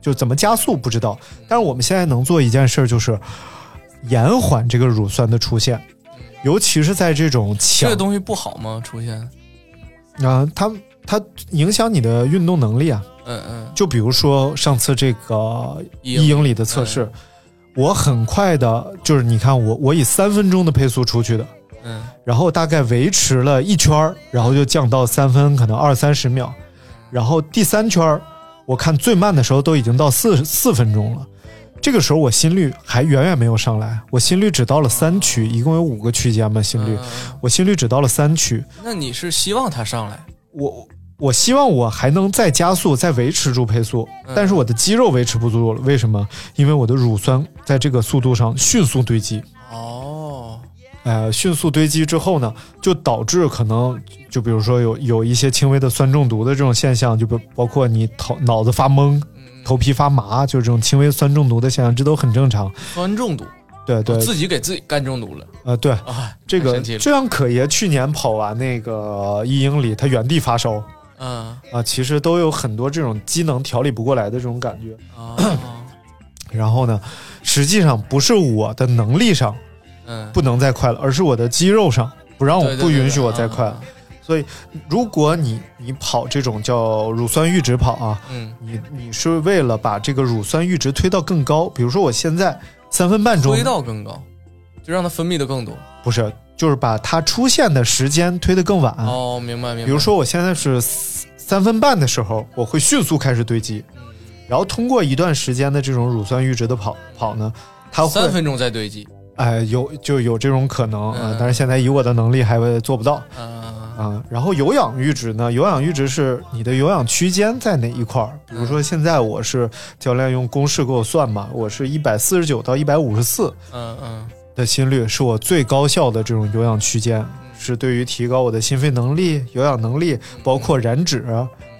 B: 就怎么加速不知道，但是我们现在能做一件事儿就是延缓这个乳酸的出现，尤其是在这种
C: 嗯这
B: 强
C: 个东西不好吗？出现，
B: 啊、它它影响你的运动能力啊。
C: 嗯嗯，
B: 就比如说上次这个
C: 一
B: 一英里的测试，
C: 哎
B: 我很快的，就是你看我我以三分钟的配速出去的，
C: 嗯，
B: 然后大概维持了一圈儿，然后就降到三分，可能二三十秒，然后第三圈儿，我看最慢的时候都已经到四四分钟了。这个时候我心率还远远没有上来，我心率只到了三区，一共有五个区间嘛，心率，
C: 嗯
B: 我心率只到了三区，
C: 那你是希望它上来？
B: 我我希望我还能再加速，再维持住配速，
C: 嗯
B: 但是我的肌肉维持不住了，为什么？因为我的乳酸在这个速度上迅速堆积，
C: 哦，
B: 呃，迅速堆积之后呢，就导致可能就比如说有有一些轻微的酸中毒的这种现象，就包包括你头脑子发懵、
C: 嗯
B: 头皮发麻，就是这种轻微酸中毒的现象，这都很正常。
C: 酸中毒，
B: 对对
C: 我，自己给自己干中毒了
B: 呃对，
C: 啊！
B: 这
C: 太
B: 个
C: 神奇了
B: 就像可爷去年跑完那个一英里，他原地发烧。
C: 嗯，
B: 啊，其实都有很多这种机能调理不过来的这种感觉。
C: 哦，
B: 然后呢，实际上不是我的能力上
C: 嗯，
B: 不能再快了，而是我的肌肉上不让我
C: 对对
B: 不
C: 对
B: 允
C: 对
B: 许我再
C: 啊
B: 快
C: 啊
B: 了。所以，如果你你跑这种叫乳酸阈值跑啊，
C: 嗯，
B: 你你是为了把这个乳酸阈值推到更高，比如说我现在三分半钟
C: 推到更高，就让它分泌的更多。
B: 不是，就是把它出现的时间推得更晚。
C: 哦，明白明白。
B: 嗯比如，说我现在是三三分半的时候，我会迅速开始堆积，
C: 嗯
B: 然后通过一段时间的这种乳酸阈值的跑跑呢，它会
C: 三分钟再堆积，
B: 哎、有就有这种可能啊、
C: 嗯
B: 但是现在以我的能力还会做不到啊、
C: 嗯
B: 然后有氧阈值呢，有氧阈值是你的有氧区间在哪一块儿？比如说现在我是教练用公式给我算嘛，我是一百四十九到一百五十四
C: 嗯嗯
B: 的心率是我最高效的这种有氧区间，
C: 嗯
B: 是对于提高我的心肺能力、有氧能力，包括燃脂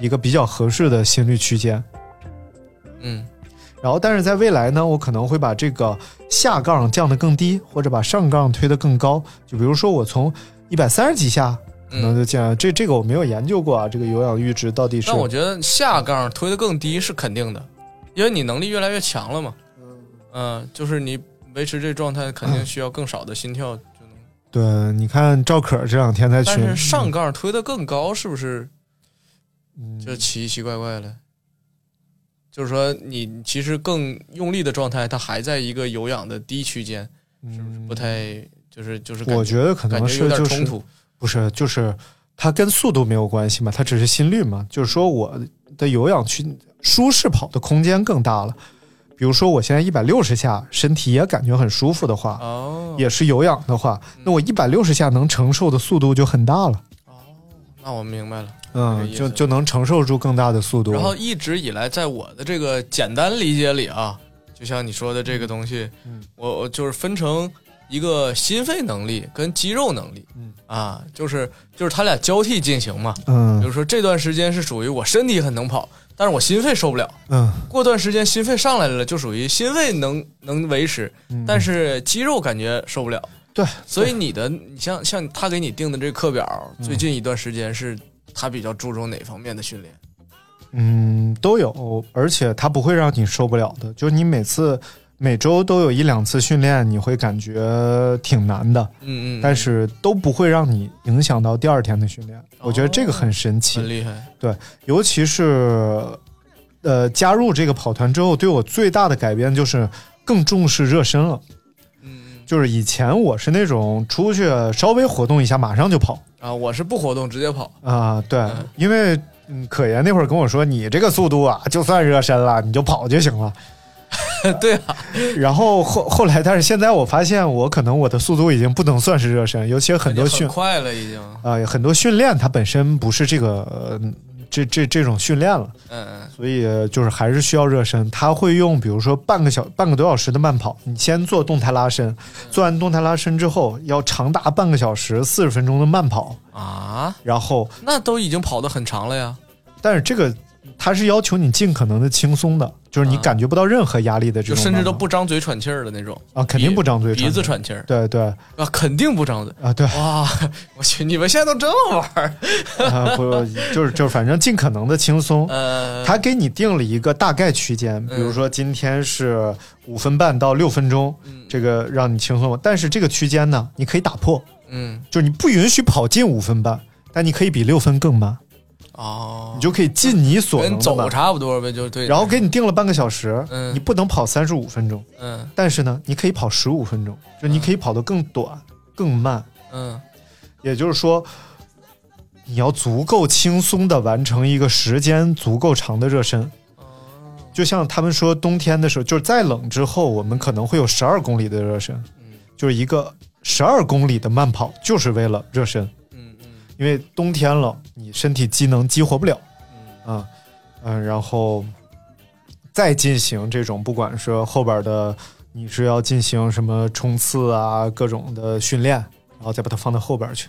B: 一个比较合适的心率区间。
C: 嗯，
B: 然后，但是在未来呢，我可能会把这个下杠降得更低，或者把上杠推得更高。就比如说，我从一百三十几下，
C: 嗯
B: 可能就降。这这个我没有研究过啊，这个有氧阈值到底是
C: 但我觉得下杠推得更低是肯定的，因为你能力越来越强了嘛。嗯，就是你维持这状态，
B: 嗯
C: 肯定需要更少的心跳。就能。
B: 对。你看赵可这两天在
C: 但
B: 群，
C: 是上杠推得更高，是不是
B: 嗯
C: 就奇奇怪怪了？就是说，你其实更用力的状态，它还在一个有氧的低区间，是不是不太就是就是
B: 嗯
C: 感
B: 我觉得可能
C: 感觉
B: 是
C: 有点
B: 就是
C: 冲突？
B: 不是，就是它跟速度没有关系嘛，它只是心率嘛。就是说我的有氧区舒适跑的空间更大了。比如说我现在一百六十下，身体也感觉很舒服的话，
C: 哦，
B: 啊也是有氧的话，
C: 嗯
B: 那我一百六十下能承受的速度就很大了。
C: 那我明白了。
B: 嗯，
C: 意思
B: 就就能承受住更大的速度。
C: 然后一直以来，在我的这个简单理解里啊，就像你说的这个东西，
B: 嗯
C: 我我就是分成一个心肺能力跟肌肉能力，
B: 嗯
C: 啊，就是就是他俩交替进行嘛。比
B: 嗯
C: 如说这段时间是属于我身体很能跑，但是我心肺受不了。
B: 嗯，
C: 过段时间心肺上来了，就属于心肺能能维持，但是肌肉感觉受不了。
B: 嗯对，嗯
C: 所以你的，你像像他给你定的这个课表，最近一段时间是他比较注重哪方面的训练？
B: 嗯，都有，而且它不会让你受不了的。就是你每次每周都有一两次训练，你会感觉挺难的，
C: 嗯嗯，
B: 但是都不会让你影响到第二天的训练。我觉得这个很神奇，
C: 哦很厉害。
B: 尤其是呃加入这个跑团之后，对我最大的改变就是更重视热身了。
C: 嗯嗯
B: 就是以前我是那种出去稍微活动一下马上就跑
C: 啊，我是不活动直 接跑，
B: 啊、对
C: 嗯，
B: 因为嗯可言那会儿跟我说，你这个速度啊，就算热身了，你就跑就行了。
C: 对啊，
B: 然后后后来，但是现在我发现，我可能我的速度已经不能算是热身，尤其很多训
C: 快了已经。
B: 啊、很多训练它本身不是这个、呃、这这这种训练了，
C: 嗯
B: 所以就是还是需要热身。他会用比如说半个小半个多小时的慢跑，你先做动态拉伸，做完动态拉伸之后，要长达半个小时四十分钟的慢跑，
C: 嗯啊，
B: 然后
C: 那都已经跑得很长了呀。
B: 但是这个它是要求你尽可能的轻松的，就是你
C: 啊
B: 感觉不到任何压力的这
C: 就
B: 种慢跑，
C: 甚至都不张嘴喘气儿的那种
B: 啊，肯定不张嘴
C: 鼻子
B: 喘
C: 喘气儿
B: 气儿，对对
C: 啊，肯定不张嘴。
B: 啊对。
C: 哇，我去，你们现在都这么玩儿？
B: 啊，不，就是就是，反正尽可能的轻 松。
C: 呃，
B: 他给你定了一个大概区间，比
C: 嗯
B: 如说今天是五分半到六分钟，
C: 嗯
B: 这个让你轻松。但是这个区间呢，你可以打破，
C: 嗯，
B: 就是你不允许跑进五分半，但你可以比六分更慢，
C: 哦，
B: 你就可以尽你所能
C: 跟
B: 的
C: 走
B: 慢。
C: 差不多呗，就对。
B: 然后给你定了半个小时，
C: 嗯
B: 你不能跑三十五分钟，
C: 嗯
B: 但是呢，你可以跑十五分钟，就你可以跑得更短、更慢。
C: 嗯
B: 也就是说，你要足够轻松的完成一个时间足够长的热身。就像他们说，冬天的时候，就是再冷之后，我们可能会有十二公里的热身，
C: 嗯
B: 就是一个十二公里的慢跑，就是为了热身。
C: 嗯嗯
B: 因为冬天了，你身体机能激活不了
C: 嗯
B: 啊，嗯，然后再进行这种，不管是后边的，你是要进行什么冲刺啊，各种的训练，然后再把它放到后边去。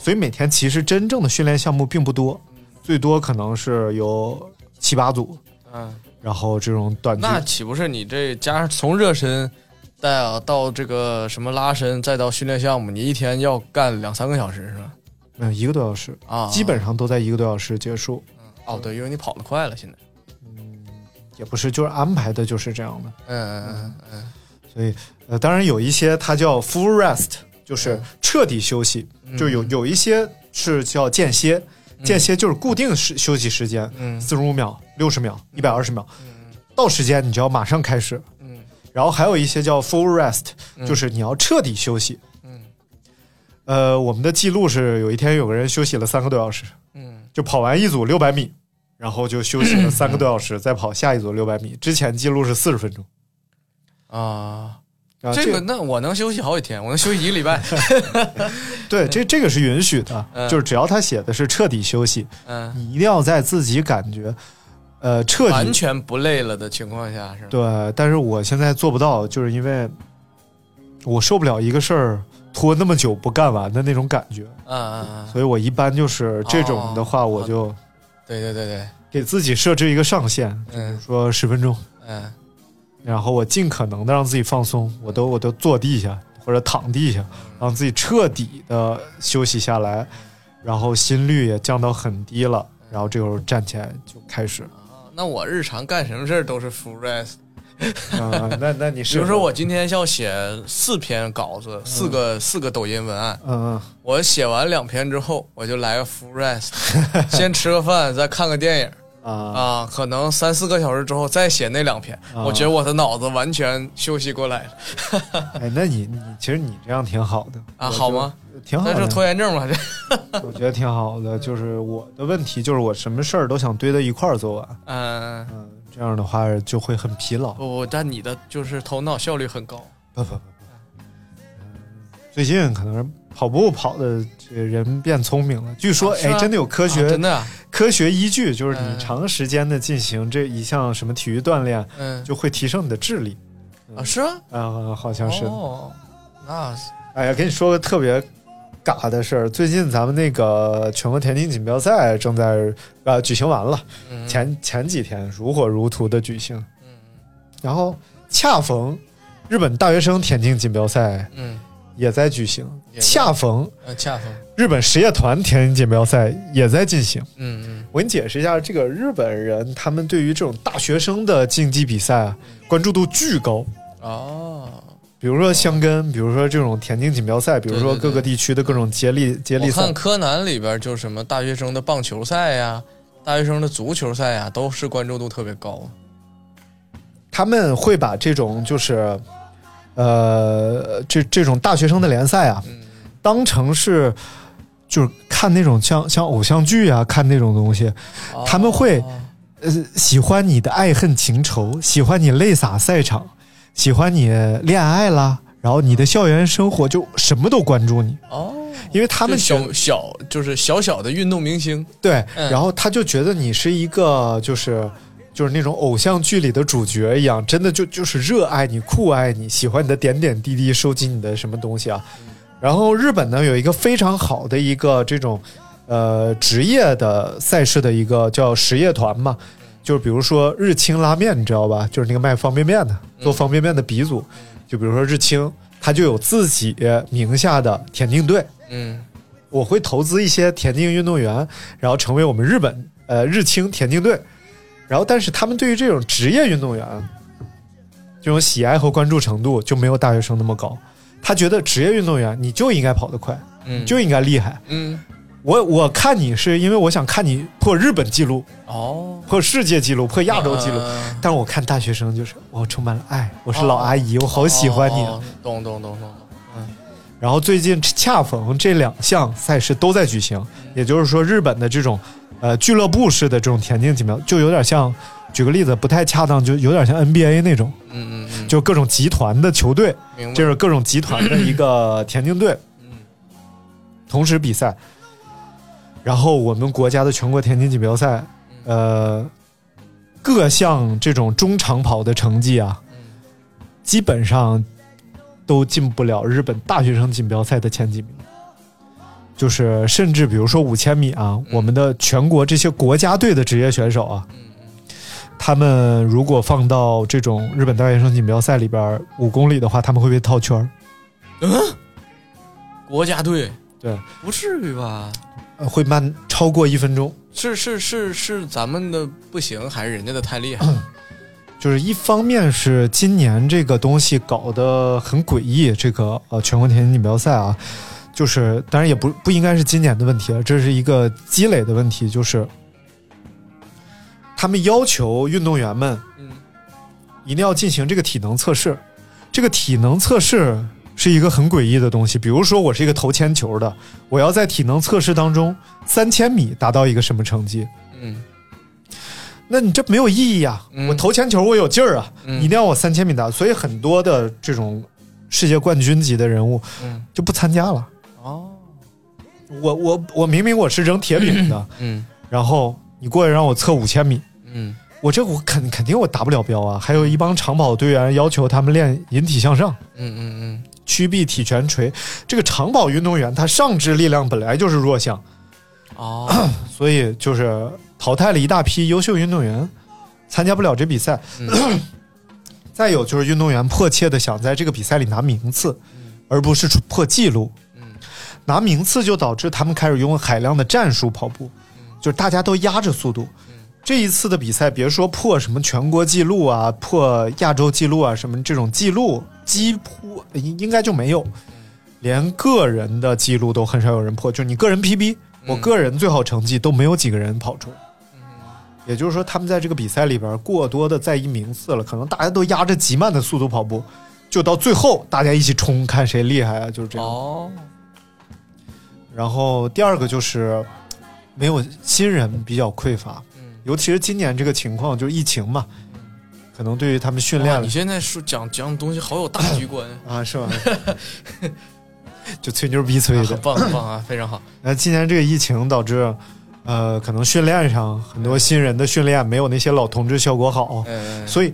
B: 所以每天其实真正的训练项目并不多，最多可能是有七八组，
C: 嗯，
B: 然后这种短距
C: 那岂不是你这加上从热身，再啊到这个什么拉伸，再到训练项目，你一天要干两三个小时是吧？
B: 嗯一个多小时，
C: 啊，
B: 基本上都在一个多小时结束。
C: 哦，对，因为你跑得快了，现在。
B: 也不是，就是安排的就是这样的。
C: 嗯嗯嗯嗯
B: 所以呃，当然有一些它叫 full rest，就是
C: 嗯
B: 彻底休息，就有有一些是叫间歇，间歇就是固定时休息时间，
C: 嗯
B: 四十五秒、六十秒、一百二十秒，到时间你就要马上开始。
C: 嗯
B: 然后还有一些叫 full rest，
C: 嗯
B: 就是你要彻底休息。
C: 嗯
B: 呃，我们的记录是有一天有个人休息了三个多小时，
C: 嗯
B: 就跑完一组六百米，然后就休息了三个多小时，再跑下一组六百米。之前记录是四十分钟。
C: 啊，
B: 啊，
C: 这个那我能休息好几天，我能休息一个礼 拜。
B: 对，这这个是允许的，
C: 嗯
B: 就是只要他写的是彻底休息，
C: 嗯，
B: 你一定要在自己感觉，呃，彻
C: 完
B: 底
C: 全不累了的情况下是吧？
B: 对。但是我现在做不到，就是因为我受不了一个事儿拖那么久不干完的那种感觉，
C: 嗯嗯嗯，
B: 所以我一般就是这种的话，
C: 哦
B: 我就
C: 对对对对，
B: 给自己设置一个上限，比如
C: 嗯
B: 说十分钟，
C: 嗯
B: 然后我尽可能的让自己放松，我都我都坐地下或者躺地下，
C: 嗯
B: 让自己彻底的休息下来，然后心率也降到很低了，
C: 嗯
B: 然后这会儿站起来就开始。
C: 啊，那我日常干什么事儿都是 full rest。
B: 啊、那那 你
C: 嗯比
B: 是
C: 如说我今天要写四篇稿子，四个四个抖音文案，
B: 嗯嗯
C: 我写完两篇之后，我就来个 full rest，先吃个饭，再看个电影。
B: 啊
C: 啊，可能三四个小时之后再写那两篇，
B: 啊
C: 我觉得我的脑子完全休息过来了
B: 哎，那你你其实你这样挺好的
C: 啊，好？吗？
B: 我就挺好
C: 那啊
B: 的
C: 是拖，延症嘛，这
B: 我觉得挺好
C: 嗯
B: 的。就是我的问题就是我什么事儿都想堆到一块儿做完，
C: 嗯，
B: 嗯，这样的话就会很疲劳。
C: 不不，但你的就是头脑效率很高，
B: 不不不不，嗯最近可能跑步跑的这人变聪明了。据说，
C: 啊是
B: 哎、
C: 吗
B: 真的有科学、
C: 啊真的啊，
B: 科学依据，就是你
C: 嗯
B: 长时间的进行这一项什么体育锻炼，
C: 嗯
B: 就会提升你的智力
C: 啊是吗？
B: 啊、好像是。
C: 哦，那
B: 哎呀，跟你说个特别嘎的事儿，最近咱们那个全国田径锦标赛正在呃举行完了，
C: 嗯
B: 前前几天如火如荼的举行，嗯，然后恰逢日本大学生田径锦标赛
C: 嗯，
B: 也在举行，
C: 也在
B: 恰逢
C: 呃，恰逢，
B: 日本实业团田径锦标赛也在进行。
C: 嗯嗯，
B: 我给你解释一下，这个日本人他们对于这种大学生的竞技比赛啊，关注度巨高。
C: 哦，
B: 比如说箱根，比如说这种田径锦标赛，比如说
C: 对对对
B: 各个地区的各种接力接力
C: 我
B: 赛
C: 看，柯南里边就什么大学生的棒球赛呀，大学生的足球赛呀，都是关注度特别高。
B: 他们会把这种就是，呃，这这种大学生的联赛啊，
C: 嗯，
B: 当成是就是看那种像像偶像剧啊，看那种东西，
C: 哦
B: 他们会呃，喜欢你的爱恨情仇，喜欢你泪洒赛场，喜欢你恋爱啦，然后你的校园生活，就什么都关注你，
C: 哦，
B: 因为他们
C: 就
B: 觉
C: 小小就是小小的运动明星，
B: 对，
C: 嗯
B: 然后他就觉得你是一个就是。就是那种偶像剧里的主角一样，真的就就是热爱你、酷爱你、喜欢你的点点滴滴，收集你的什么东西啊。然后日本呢有一个非常好的一个这种呃职业的赛事的一个叫实业团嘛，就是比如说日清拉面，你知道吧？就是那个卖方便面的，做方便面的鼻祖。就比如说日清，它就有自己名下的田径队，
C: 嗯
B: 我会投资一些田径运动员，然后成为我们日本呃日清田径队。然后，但是他们对于这种职业运动员这种喜爱和关注程度就没有大学生那么高。他觉得职业运动员你就应该跑得快，
C: 嗯，
B: 就应该厉害。
C: 嗯
B: 我我看你是因为我想看你破日本纪录、
C: 哦，
B: 破世界纪录、破亚洲纪录。
C: 嗯
B: 但是我看大学生就是我充满了爱，我是老阿姨，我好喜欢你。啊
C: 哦懂懂懂懂，
B: 然后最近恰逢这两项赛事都在举行，也就是说，日本的这种呃俱乐部式的这种田径锦标，就有点像，举个例子不太恰当，就有点像 NBA 那种，
C: 嗯嗯嗯，
B: 就各种集团的球队，
C: 明白，
B: 就是各种集团的一个田径队
C: 嗯
B: 同时比赛。然后我们国家的全国田径锦标赛，呃，各项这种中长跑的成绩啊，
C: 嗯
B: 基本上都进不了日本大学生锦标赛的前几名。就是甚至比如说五千米啊，我们的全国这些国家队的职业选手啊，他们如果放到这种日本大学生锦标赛里边五公里的话，他们会被套圈儿。
C: 国家队，
B: 对，
C: 不至于吧？
B: 呃会慢超过一分钟。
C: 是是是是咱们的不行，还是人家的太厉害？
B: 就是一方面是今年这个东西搞得很诡异，这个呃全国田径锦标赛啊，就是当然也不不应该是今年的问题了，这是一个积累的问题，就是他们要求运动员们
C: 嗯
B: 一定要进行这个体能测试，这个体能测试是一个很诡异的东西，比如说我是一个投铅球的，我要在体能测试当中三千米达到一个什么成绩，
C: 嗯
B: 那你这没有意义啊！
C: 嗯
B: 我投铅球，我有劲儿啊！
C: 嗯
B: 你一定要我三千米打，所以很多的这种世界冠军级的人物
C: 嗯
B: 就不参加了。
C: 哦
B: 我我我明明我是扔铁饼的，
C: 嗯
B: 然后你过来让我测五千米，
C: 嗯
B: 我这我肯肯定我达不了标啊！还有一帮长跑队员要求他们练引体向上、
C: 嗯嗯
B: 屈臂体前锤，这个长跑运动员他上肢力量本来就是弱项，啊
C: 嗯哦
B: 所以就是淘汰了一大批优秀运动员，参加不了这比赛。
C: 嗯
B: 再有就是运动员迫切的想在这个比赛里拿名次，而不是出破纪录。
C: 嗯
B: 拿名次就导致他们开始用海量的战术跑步，就是大家都压着速度。这一次的比赛，别说破什么全国纪录啊、破亚洲纪录啊什么这种记录，几乎应应该就没有，连个人的记录都很少有人破。就你个人 PB，我个人最好成绩都没有几个人跑出来。也就是说，他们在这个比赛里边过多的在意名次了，可能大家都压着极慢的速度跑步，就到最后大家一起冲，看谁厉害啊，就是这样。
C: 哦
B: 然后第二个就是没有新人比较匮乏，
C: 嗯。
B: 尤其是今年这个情况，就是疫情嘛，可能对于他们训
C: 哇
B: 练
C: 你现在说讲讲东西好有大局观，
B: 啊，是吧？就吹牛逼吹
C: 啊
B: 的
C: 很。棒很棒啊，非常好。
B: 那今年这个疫情导致，呃，可能训练上很多新人的训练没有那些老同志效果好，
C: 嗯，
B: 所以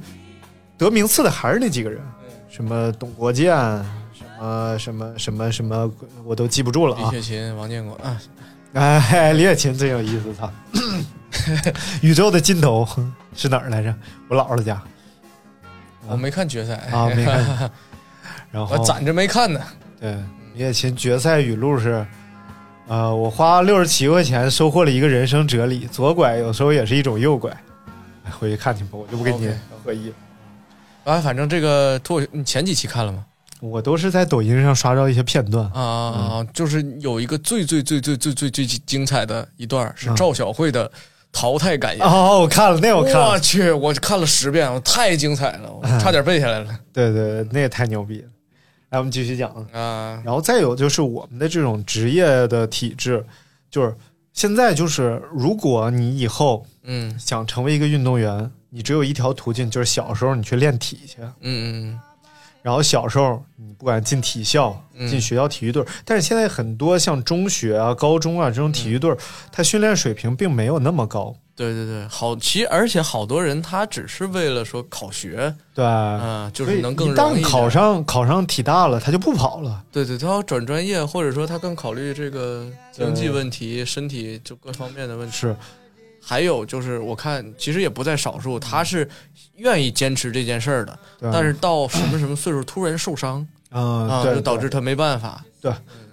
B: 得名次的还是那几个人，什么董国建，什么呃，什么什么什么，我都记不住了
C: 李
B: 啊。
C: 雪琴、王建国，啊，
B: 哎，李雪琴真有意思， 操！宇宙的尽头是哪儿来着？我姥姥家
C: 我没看决赛
B: 啊，没看。然后
C: 我攒着没看呢。
B: 对，李雪琴决赛语录是：呃，我花六十七块钱收获了一个人生哲理，左拐有时候也是一种右拐。哎回去看去吧，我就不跟你
C: OK，
B: 回忆了。
C: 啊，反正这个脱口，你前几期看了吗？
B: 我都是在抖音上刷到一些片段，
C: 啊啊啊！就是有一个最最最最最最最精彩的一段是赵小慧的淘汰感言。
B: 哦，我看了，那我看了
C: 我，去，我看了十遍，我太精彩了，我差点背下来了
B: 对对，对那也太牛逼了。来，我们继续讲。
C: 啊！
B: 然后再有就是我们的这种职业的体制，就是现在就是，如果你以后
C: 嗯
B: 想成为一个运动员，你只有一条途径，就是小时候你去练体去。
C: 嗯
B: 然后小时候你不管进体校、
C: 嗯
B: 进学校体育队儿，但是现在很多像中学啊、高中啊这种体育队儿，它训练水平并没有那么高。
C: 嗯，对对对，好，其实而且好多人他只是为了说考学，
B: 对，
C: 啊，就
B: 所以
C: 是能更
B: 一
C: 容
B: 旦
C: 易点
B: 考，上考上体大了，他就不跑了。
C: 对对，他要转专业，或者说他更考虑这个经济问题、身体就各方面的问题。
B: 是，
C: 还有就是，我看其实也不在少数，他是愿意坚持这件事儿的，
B: 对
C: 但是到什么什么岁数突然受伤
B: 嗯，
C: 啊，
B: 对，
C: 就导
B: 对
C: 致他没办法。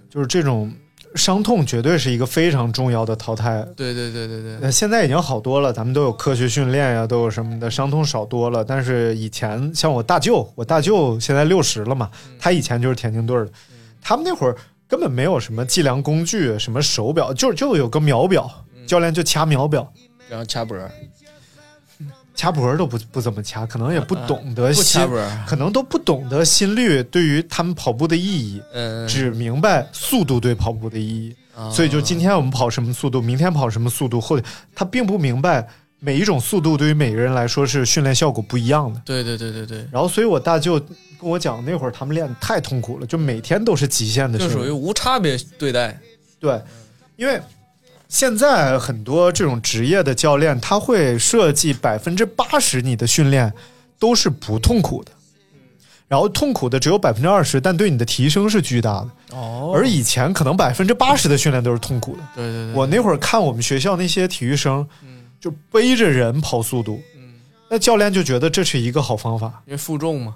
B: 就是这种伤痛绝对是一个非常重要的淘汰。
C: 对对对对对，
B: 呃，现在已经好多了，咱们都有科学训练呀、都有什么的，伤痛少多了。但是以前像我大舅，我大舅现在六十了嘛，
C: 嗯
B: 他以前就是田径队的，他们那会儿根本没有什么计量工具，什么手表，就就有个秒表，
C: 嗯
B: 教练就掐秒表。
C: 然后掐脖，
B: 掐脖儿都不不怎么掐，可能也不懂得
C: 嗯啊不
B: 心，
C: 掐脖，
B: 可能都不懂得心率对于他们跑步的意义，
C: 嗯，啊
B: 只明白速度对跑步的意义。所以
C: 哦
B: 就今天我们跑什么速度，明天跑什么速度，后天他并不明白每一种速度对于每个人来说是训练效果不一样的。
C: 对对对对对，
B: 然后，所以我大舅跟我讲，那会儿他们练得太痛苦了，就每天都是极限的
C: 就
B: 训
C: 属于
B: 练。
C: 无差别对待。
B: 对，因为现在很多这种职业的教练，他会设计百分之八十你的训练都是不痛苦的，然后痛苦的只有百分之二十，但对你的提升是巨大的。
C: 哦
B: 而以前可能百分之八十的训练都是痛苦的。
C: 对对对，嗯
B: 我那会儿看我们学校那些体育生，就背着人跑速度，那教练就觉得这是一个好方法，
C: 因为负重嘛。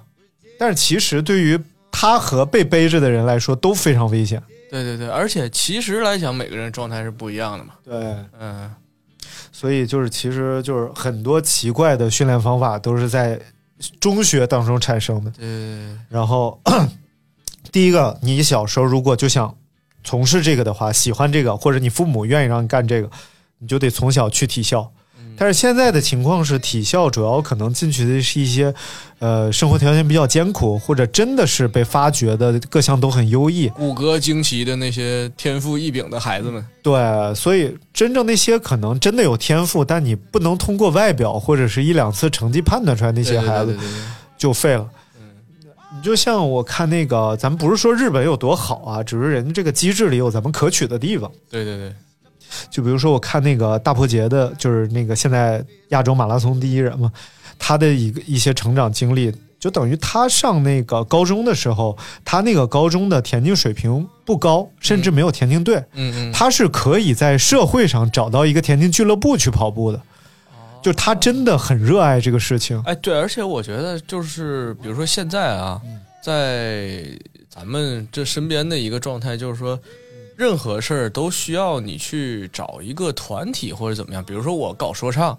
B: 但是其实对于他和被背着的人来说都非常危险。
C: 对对对，而且其实来讲，每个人状态是不一样的嘛。
B: 对，
C: 嗯，
B: 所以就是其实就是很多奇怪的训练方法都是在中学当中产生的。
C: 对对
B: 然后 第一个，你小时候如果就想从事这个的话，喜欢这个，或者你父母愿意让你干这个，你就得从小去体校。但是现在的情况是，体校主要可能进去的是一些，呃，生活条件比较艰苦，或者真的是被发掘的各项都很优异。
C: 骨骼惊奇的那些天赋异禀的孩子们，
B: 对，所以真正那些可能真的有天赋，但你不能通过外表或者是一两次成绩判断出来那
C: 那
B: 些孩子，就废了。你就像我看那个，咱们不是说日本有多好啊，只是人家这个机制里有咱们可取的地方。
C: 对对对，
B: 就比如说，我看那个大破节的，就是那个现在亚洲马拉松第一人嘛，他的一个一些成长经历，就等于他上那个高中的时候，他那个高中的田径水平不高，甚至没有田径队，
C: 嗯嗯，
B: 他是可以在社会上找到一个田径俱乐部去跑步的，就他真的很热爱这个事情。
C: 哎，对，而且我觉得就是，比如说现在啊，
B: 嗯
C: 在咱们这身边的一个状态，就是说，任何事儿都需要你去找一个团体或者怎么样。比如说我搞说唱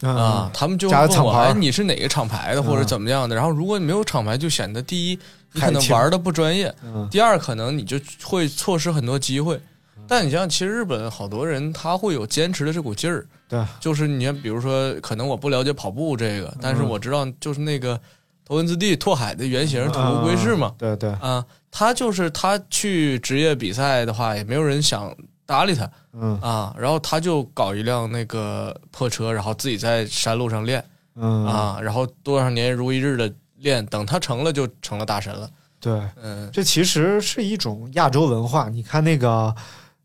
B: 嗯
C: 啊，他们就会
B: 加个
C: 问我，
B: 厂牌嗯
C: 哎，你是哪个厂牌的或者怎么样的？然后如果你没有厂牌，就显得第一，你可
B: 害
C: 能
B: 羞
C: 玩的不专业；
B: 嗯
C: 第二，可能你就会错失很多机会。但你像其实日本好多人他会有坚持的这股劲儿，
B: 对，
C: 就是你像比如说，可能我不了解跑步这个，但是
B: 嗯
C: 我知道就是那个头文字 D 拓海的原型土
B: 嗯
C: 乌龟式嘛，
B: 对对，
C: 啊，他就是他去职业比赛的话，也没有人想搭理他
B: 嗯
C: 啊，然后他就搞一辆那个破车，然后自己在山路上练
B: 嗯，
C: 啊，然后多少年如一日的练，等他成了就成了大神了，
B: 对，
C: 嗯，
B: 这其实是一种亚洲文化。你看那个，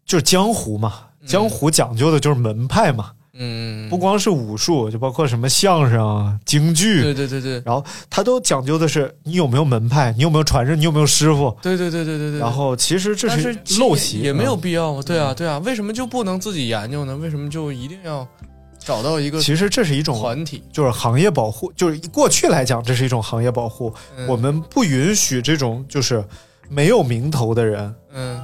B: 就是江湖嘛，江湖讲究的就是门派嘛，
C: 嗯，
B: 不光是武术，就包括什么相声啊、京剧，
C: 对对对对
B: 然后它都讲究的是你有没有门派，你有没有传人，你有没有师傅。
C: 对对对对对对。
B: 然后其实这
C: 但
B: 是
C: 是其实
B: 陋习，
C: 也没有
B: 嗯。
C: 必要。对啊对啊，为什么就不能自己研究呢？为什么就一定要找到一个
B: 其实这是一种
C: 团体？
B: 就是行业保护，就是过去来讲，这是一种行业保护。
C: 嗯
B: 我们不允许这种就是没有名头的人，
C: 嗯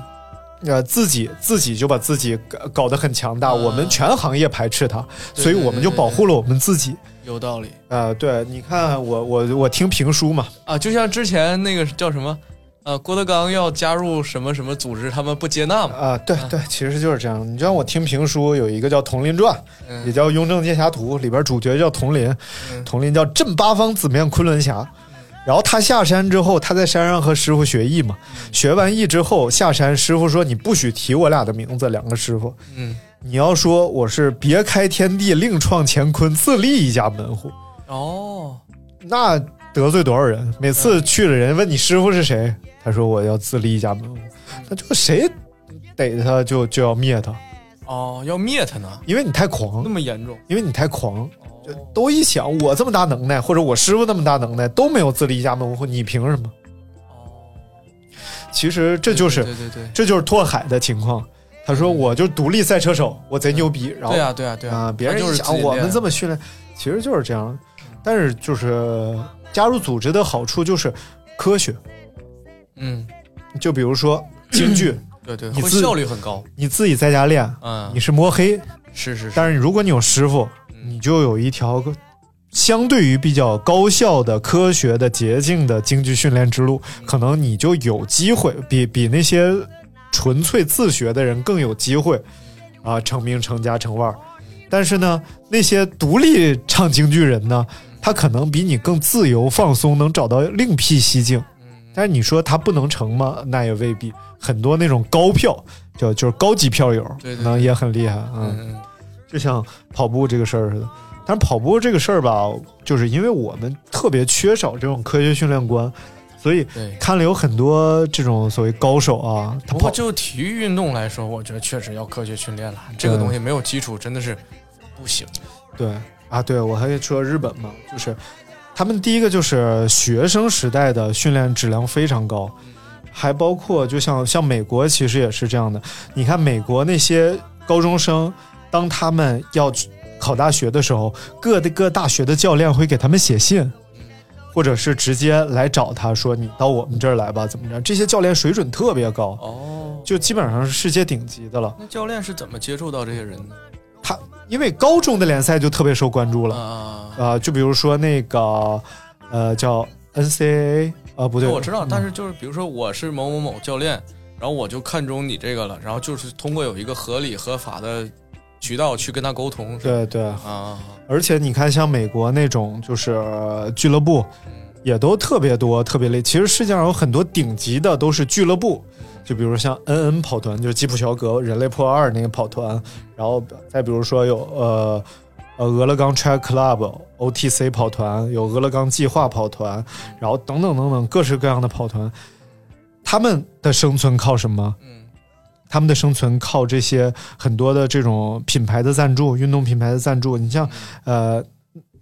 B: 呃，自己自己就把自己搞搞得很强大。
C: 啊
B: 我们全行业排斥他，
C: 对
B: 所以我们就保护了我们自己。
C: 有道理
B: 呃，对，你看我我我听评书嘛，
C: 啊，就像之前那个叫什么啊，郭德纲要加入什么什么组织，他们不接纳嘛。
B: 啊、对对，其实就是这样。你就像我听评书，有一个叫《佟林传》，也
C: 嗯
B: 叫《雍正剑侠图》，里边主角叫佟林，
C: 嗯
B: 佟林叫镇八方紫面昆仑侠。然后他下山之后，他在山上和师傅学艺嘛，学完艺之后下山，师傅说你不许提我俩的名字，两个师傅，
C: 嗯，
B: 你要说我是别开天地，另创乾坤，自立一家门户，
C: 哦，
B: 那得罪多少人？每次去了人问你师傅是谁，他说我要自立一家门户，那就谁逮他就就要灭他，
C: 哦，要灭他呢，
B: 因为你太狂
C: 那，么严重。
B: 因为你太狂，
C: 哦
B: 都一想我这么大能耐，或者我师傅那么大能耐，都没有自立一家门户，你凭什么？
C: 哦，
B: 其实这就是
C: 对对对对
B: 这就是拓海的情况。他说我就独立赛车手，我贼牛逼，然
C: 对
B: 后
C: 对啊对啊对
B: 啊，
C: 啊，
B: 别人
C: 他就
B: 一
C: 是
B: 想我们这
C: 么
B: 么训练，其实就是这样。但是就是加入组织的好处就是科学，
C: 嗯，
B: 就比如说京 剧，
C: 对对，
B: 你
C: 会
B: 自
C: 效率很高。
B: 你自己在家练，
C: 嗯，
B: 你是摸黑，
C: 是是是，
B: 但是如果你有师傅，
C: 嗯
B: 你就有一条相对于比较高效的、科学的、捷径的京剧训练之路，可能你就有机会比比那些纯粹自学的人更有机会啊、成名、成家、成腕儿。但是呢，那些独立唱京剧人呢，他可能比你更自由放松，能找到另辟蹊径。
C: 嗯
B: 但是你说他不能成吗？那也未必。很多那种高票，就就是高级票友，
C: 对对
B: 可能也很厉害。嗯
C: 嗯
B: 就像跑步这个事儿似的。但是跑步这个事儿吧，就是因为我们特别缺少这种科学训练观，所以
C: 对。
B: 看了有很多这种所谓高手啊，他
C: 不过
B: 跑
C: 就体育运动来说，我觉得确实要科学训练
B: 嗯
C: 了。这个东西没有基础，真的是不行。
B: 对啊，对我还说日本嘛，就是他们第一个就是学生时代的训练质量非常高，还包括就像像美国其实也是这样的。你看美国那些高中生，当他们要去考大学的时候，各的各大学的教练会给他们写信。或者是直接来找他说你到我们这儿来吧，怎么着？这些教练水准特别高，
C: 哦，
B: 就基本上是世界顶级的了。
C: 那教练是怎么接触到这些人的？
B: 他因为高中的联赛就特别受关注了，
C: 啊，
B: 啊，就比如说那个呃叫 NCAA 啊，不对，
C: 那哦我知道，
B: 嗯
C: 但是就是比如说我是某某某教练，然后我就看中你这个了，然后就是通过有一个合理合法的渠道去跟他沟通。是吧
B: 对对，
C: 啊，
B: 而且你看像美国那种就是呃俱乐部
C: 嗯
B: 也都特别多，特别累。其实世界上有很多顶级的都是俱乐部。就比如像 NN 跑团，就是吉普乔格人类破二那个跑团，然后再比如说有呃呃俄勒冈 Track Club OTC 跑团，有俄勒冈计划跑团，然后等等等等各式各样的跑团，他们的生存靠什么？
C: 嗯
B: 他们的生存靠这些很多的这种品牌的赞助，运动品牌的赞助。你像呃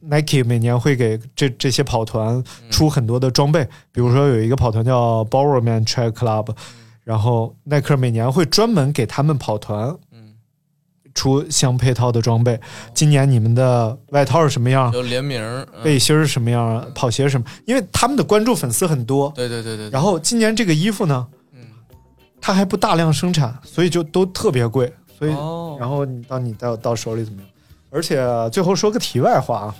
B: ，Nike 每年会给这这些跑团出很多的装备，比如说有一个跑团叫 Bowerman Track Club，然后耐克每年会专门给他们跑团
C: 嗯，
B: 出相配套的装备。今年你们的外套是什么样？
C: 有联名儿。嗯
B: 背心儿是什么样？跑鞋是什么？因为他们的关注粉丝很多，
C: 对对对对，对
B: 然后今年这个衣服呢，
C: 嗯
B: 它还不大量生产，所以就都特别贵，所以
C: 哦
B: 然后你到你到到手里怎么样？而且最后说个题外话啊，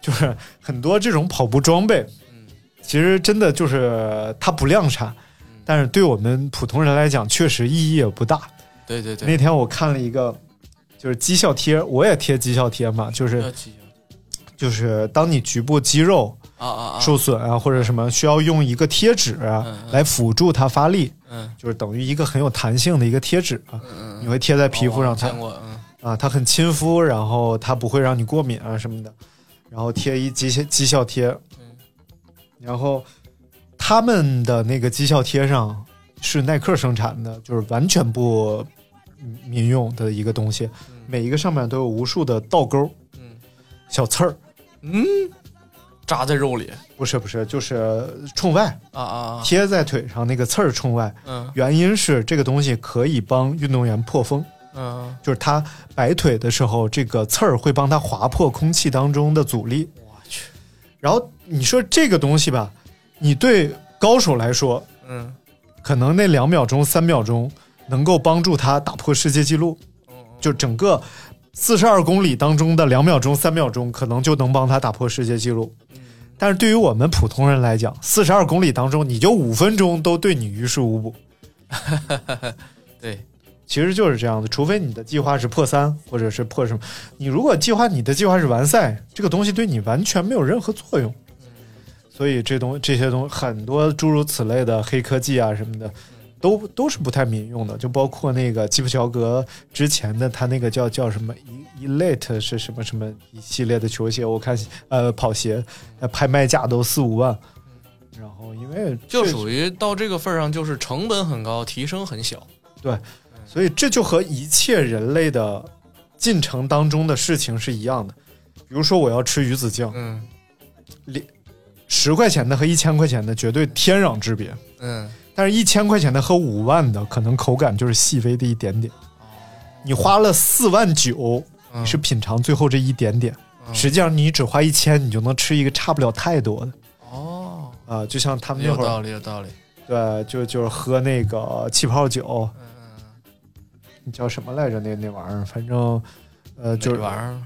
B: 就是很多这种跑步装备，
C: 嗯
B: 其实真的就是它不量产，
C: 嗯
B: 但是对我们普通人来讲，确实意义也不大。
C: 对对
B: 那
C: 对，
B: 天我看了一个，就是绩效贴，我也贴绩效贴嘛，就是
C: 要记
B: 就是当你局部肌肉
C: 啊啊啊，
B: 受损啊或者什么，需要用一个贴纸啊
C: 嗯嗯
B: 来辅助它发力，
C: 嗯
B: 就是等于一个很有弹性的一个贴纸啊，
C: 嗯
B: 你
C: 嗯，
B: 会贴在皮肤上，
C: 哦
B: 它
C: 见过，嗯
B: 啊，它很亲肤，然后它不会让你过敏啊什么的，然后贴一绩效绩效贴，然后他们的那个绩效贴上是耐克生产的，就是完全不民用的一个东西，每一个上面都有无数的倒钩、
C: 嗯
B: 小刺儿，
C: 嗯，扎在肉里
B: 不是不是，就是冲外
C: 啊啊，啊
B: 贴在腿上那个刺儿冲外。
C: 嗯
B: 原因是这个东西可以帮运动员破风，
C: 嗯，
B: 就是他摆腿的时候，这个刺儿会帮他划破空气当中的阻力。
C: 我去，
B: 然后你说这个东西吧，你对高手来说，
C: 嗯
B: 可能那两秒钟、三秒钟能够帮助他打破世界纪录，就整个四十二公里当中的两秒钟、三秒钟，可能就能帮他打破世界纪录。但是对于我们普通人来讲，四十二公里当中，你就五分钟都对你于事无补，
C: 对，
B: 其实就是这样的。除非你的计划是破三，或者是破什么，你如果计划你的计划是完赛，这个东西对你完全没有任何作用。
C: 嗯
B: 所以这东这些东很多诸如此类的黑科技啊什么的，都都是不太民用的。就包括那个基普乔格之前的他那个叫叫什么 E- Elite 是什么什么一系列的球鞋，我看呃跑鞋呃拍卖价都四五万。然后因为
C: 嗯就
B: 这
C: 属于到这个份儿上，就是成本很高，提升很小。
B: 所以这就和一切人类的进程当中的事情是一样的。比如说，我要吃鱼子酱，
C: 嗯
B: 十块钱的和一千块钱的绝对天壤之别。
C: 嗯，
B: 但是，一千块钱的和五万的，可能口感就是细微的一点点。你花了四万九，
C: 嗯
B: 你是品尝最后这一点点，
C: 嗯
B: 实际上你只花一千，你就能吃一个差不了太多的
C: 哦，
B: 啊、就像他们那
C: 有
B: 会
C: 道
B: 儿，
C: 理，有道理。
B: 对，就就是喝那个气泡酒，
C: 嗯，
B: 你叫什么来着？那那玩意儿，反正，呃，
C: 这
B: 就是
C: 玩意儿，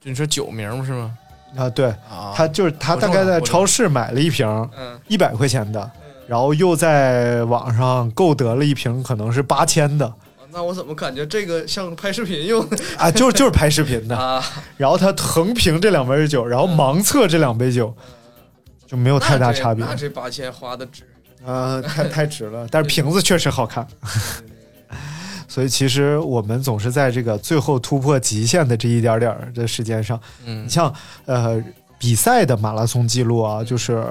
C: 就你说酒名是吗？
B: 啊，对，
C: 啊，
B: 他就是他大概在超市买了一瓶
C: 嗯
B: 一百块钱的，然后又在网上购得了一瓶可能是八千的
C: 哦那我怎么感觉这个像拍视频用的
B: 啊，就就是拍视频的。
C: 啊？
B: 然后他横评这两杯酒，然后盲测这两杯
C: 嗯
B: 酒，就没有太大差别。
C: 这八千花的值。
B: 啊，太太值了，但是瓶子确实好看。所以其实我们总是在这个最后突破极限的这一点点儿的时间上，
C: 嗯
B: 你像呃比赛的马拉松记录
C: 嗯
B: 啊，就是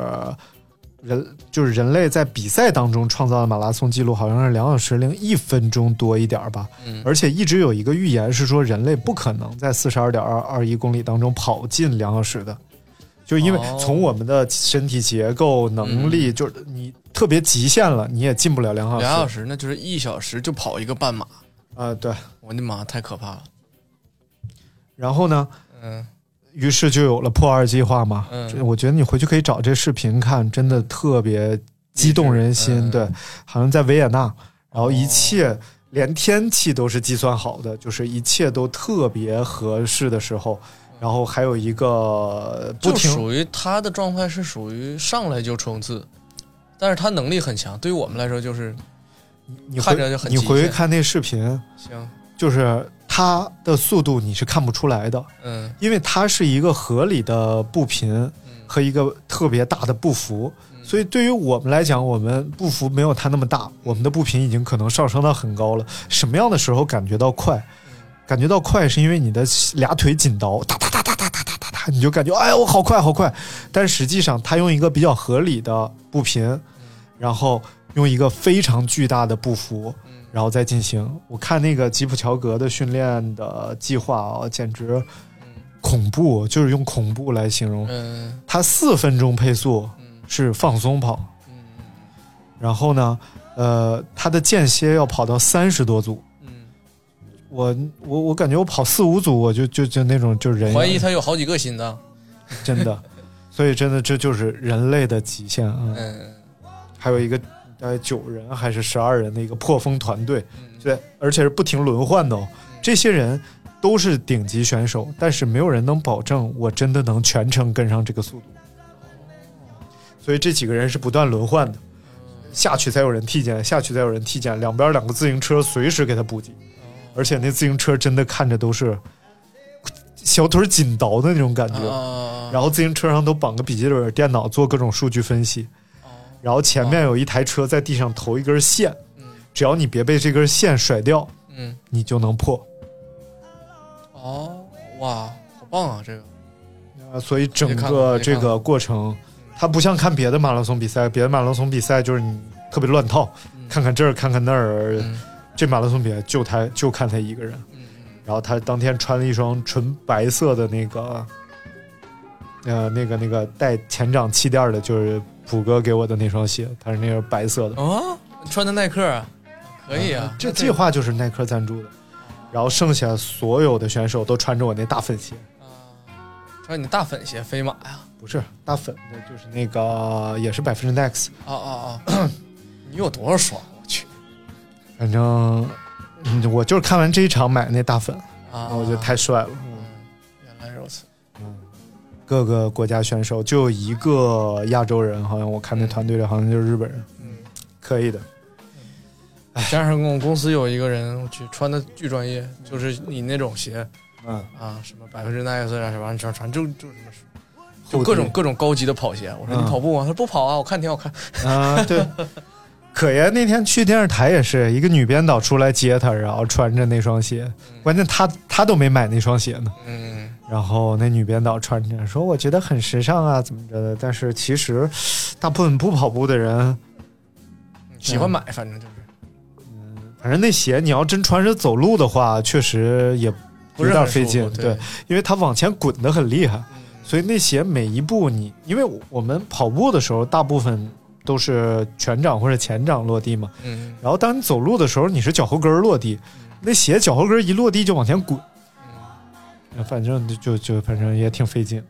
B: 人就是人类在比赛当中创造的马拉松记录，好像是两小时零一分钟多一点儿吧。
C: 嗯
B: 而且一直有一个预言是说，人类不可能在四十二点二二一公里当中跑进两小时的，就因为
C: 哦嗯
B: 从我们的身体结构能力，就是你特别极限了，你也进不了两小时。
C: 两小时那就是一小时就跑一个半马，
B: 啊、对。
C: 我的妈，太可怕了。
B: 然后呢，
C: 嗯
B: 于是就有了破二计划嘛。
C: 嗯
B: 这我觉得你回去可以找这视频看，真的特别激动人心。
C: 嗯哦
B: 对，好像在维也纳，然后一切、连天气都是计算好的，就是一切都特别合适的时候。然后还有一个不
C: 嗯就
B: 停
C: 属于他的状态是属于上来就冲刺，但是他能力很强。对于我们来说就是
B: 你
C: 看
B: 回
C: 着就很
B: 你
C: 极
B: 回去
C: 限
B: 看那视频，
C: 行，
B: 就是它的速度你是看不出来的，
C: 嗯
B: 因为它是一个合理的步频
C: 嗯
B: 和一个特别大的步幅，所以对于我们来讲，我们步幅没有它那么大，我们的步频已经可能上升到很高了。什么样的时候感觉到快？感觉到快是因为你的俩腿紧倒，哒哒哒哒哒哒哒哒哒，你就感觉哎呀我好快好快，但实际上它用一个比较合理的步频，然后用一个非常巨大的步幅，然后再进行。我看那个吉普乔格的训练的计划啊，简直恐怖，啊就是用恐怖来形容。
C: 嗯
B: 他四分钟配速
C: 嗯
B: 是放松跑，然后呢，呃，他的间歇要跑到三十多组。
C: 嗯
B: 我我我感觉我跑四五组，我就就就那种就人
C: 嗯，怀疑他有好几个心脏。
B: 真 的，所以真的这就是人类的极限啊。
C: 嗯
B: 还有一个大概九人还是十二人的一个破风团队，
C: 嗯
B: 对，而且是不停轮换的、哦。这些人都是顶级选手，但是没有人能保证我真的能全程跟上这个速度。所以这几个人是不断轮换的，下去才有人替减，下去才有人替减，两边两个自行车随时给他补给，而且那自行车真的看着都是小腿紧倒的那种感觉。
C: 啊，
B: 嗯然后自行车上都绑个笔记本电脑做各种数据分析，
C: 哦
B: 然后前面有一台车在地上投一根线，只要你别被这根线甩掉，
C: 嗯
B: 你就能破。
C: 哦哇，好棒啊这个。
B: 呃所以整
C: 没嗯看嗯过
B: 个
C: 没看
B: 这
C: 过
B: 个过程，它不像看别的马拉松比赛，别的马拉松比赛就是你特别乱套，看看这儿看看那儿，
C: 嗯
B: 这这马拉松比赛就他就看他一个人，然后他当天穿了一双纯白色的那个，呃，那个那个带前掌气垫的，就是普哥给我的那双鞋，它是那个白色的。
C: 哦，穿的耐克啊，可以啊，
B: 这计划就是耐克赞助的，然后剩下所有的选手都穿着我那大粉鞋，
C: 穿你大粉鞋飞马呀，
B: 不是大粉的，就是那个也是百分之 Next，
C: 哦哦哦，你有多少双？我去
B: 反正嗯我就是看完这一场买那大粉，
C: 啊！
B: 然后我觉得太帅了。
C: 原来如此，
B: 各个国家选手就有一个亚洲人，好像我看那团队里好像就是日本人，
C: 嗯，
B: 可以的。
C: 加上我们公司有一个人，我去穿的巨专业，就是你那种鞋
B: 嗯，
C: 啊，什么百分之 Nike 啊，什么穿穿就就什么，
B: 后退
C: 就各种各种高级的跑鞋。我说
B: 嗯
C: 你跑步吗？他说不跑啊，我看挺好看。
B: 啊，对。可爷那天去电视台也是一个女编导出来接他，然后穿着那双鞋，关键他他都没买那双鞋呢。
C: 嗯，
B: 然后那女编导穿着说：“我觉得很时尚啊，怎么着的？”但是其实，大部分不跑步的人，
C: 喜欢买，反正就是
B: 反正那鞋你要真穿着走路的话，确实也
C: 不
B: 有
C: 是
B: 点
C: 很
B: 费
C: 舒服
B: 劲，
C: 对，
B: 因为它往前滚得很厉害。
C: 嗯
B: 所以那鞋每一步你，因为我们跑步的时候，大部分都是全掌或者前掌落地嘛。
C: 嗯，
B: 然后当你走路的时候，你是脚后跟儿落地，那鞋脚后跟儿一落地就往前滚，
C: 嗯
B: 反正就就就反正也挺费劲。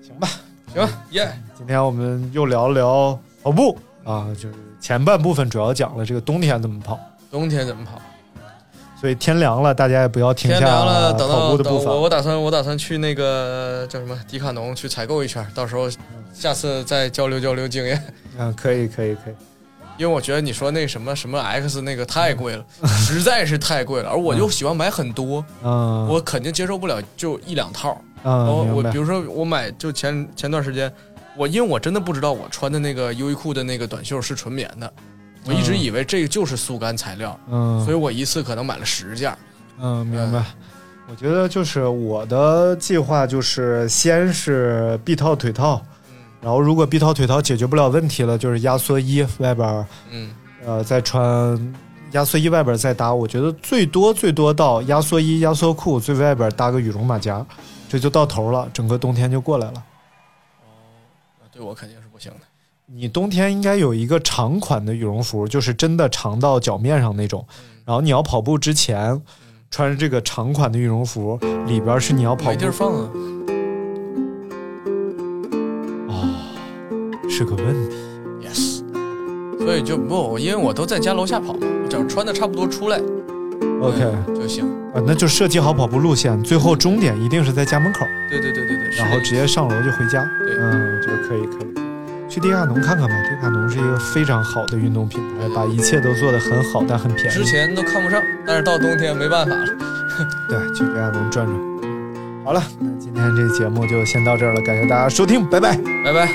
B: 行吧，
C: 行耶，
B: 今天我们又聊了聊跑步啊，就是前半部分主要讲了这个冬天怎么跑，
C: 冬天怎么跑？
B: 所以天凉了，大家也不要停
C: 天
B: 下
C: 凉了，等
B: 跑
C: 到
B: 步的
C: 等
B: 步伐。
C: 我我打算我打算去那个叫什么迪卡侬去采购一圈，到时候下次再交流交流经验。
B: 嗯，可以可以可以，
C: 因为我觉得你说那什么什么 X 那个太 贵了，实在是太贵了，而我又喜欢买很多，
B: 嗯，
C: 我肯定接受不了就一两套。我
B: 嗯
C: 我
B: 明
C: 比
B: 白，
C: 如说我买就前前段时间，我因为我真的不知道我穿的那个优衣库的那个短袖是纯棉的，我一直
B: 嗯
C: 以为这个就是速干材料，
B: 嗯，
C: 所以我一次可能买了十件。
B: 嗯，明白。我觉得就是我的计划就是先是臂套、腿套，然后如果臂套、腿套解决不了问题了，就是压缩衣外边儿，
C: 嗯
B: 呃，再穿压缩衣外边儿再搭。我觉得最多最多到压缩衣、压缩裤最外边儿搭个羽绒马甲，这就到头了，整个冬天就过来了。
C: 对我肯定是不行的。
B: 你冬天应该有一个长款的羽绒服，就是真的长到脚面上那种。然后你要跑步之前，穿着这个长款的羽绒服，里边儿是你要跑
C: 没
B: 步
C: 地儿放啊！
B: 是个问题。
C: ，yes。所以就不，我因为我都在家楼下跑嘛，我只要穿的差不多出来
B: OK，
C: 嗯就行。
B: 啊，那就设计好跑步路线，最后终点一定是在家门口，
C: 对对对对对，是
B: 然后
C: 的
B: 直接上楼就回家。
C: 对
B: 嗯，我觉得可以可以。去迪卡侬看看吧，迪卡侬是一个非常好的运动品牌，把一切都做得很好，但很便宜
C: 之。前都看不上，但是到冬天没办法了。
B: 对，去迪卡侬转转。好了，那今天这节目就先到这儿了，感谢大家收听，拜拜。
C: 拜拜。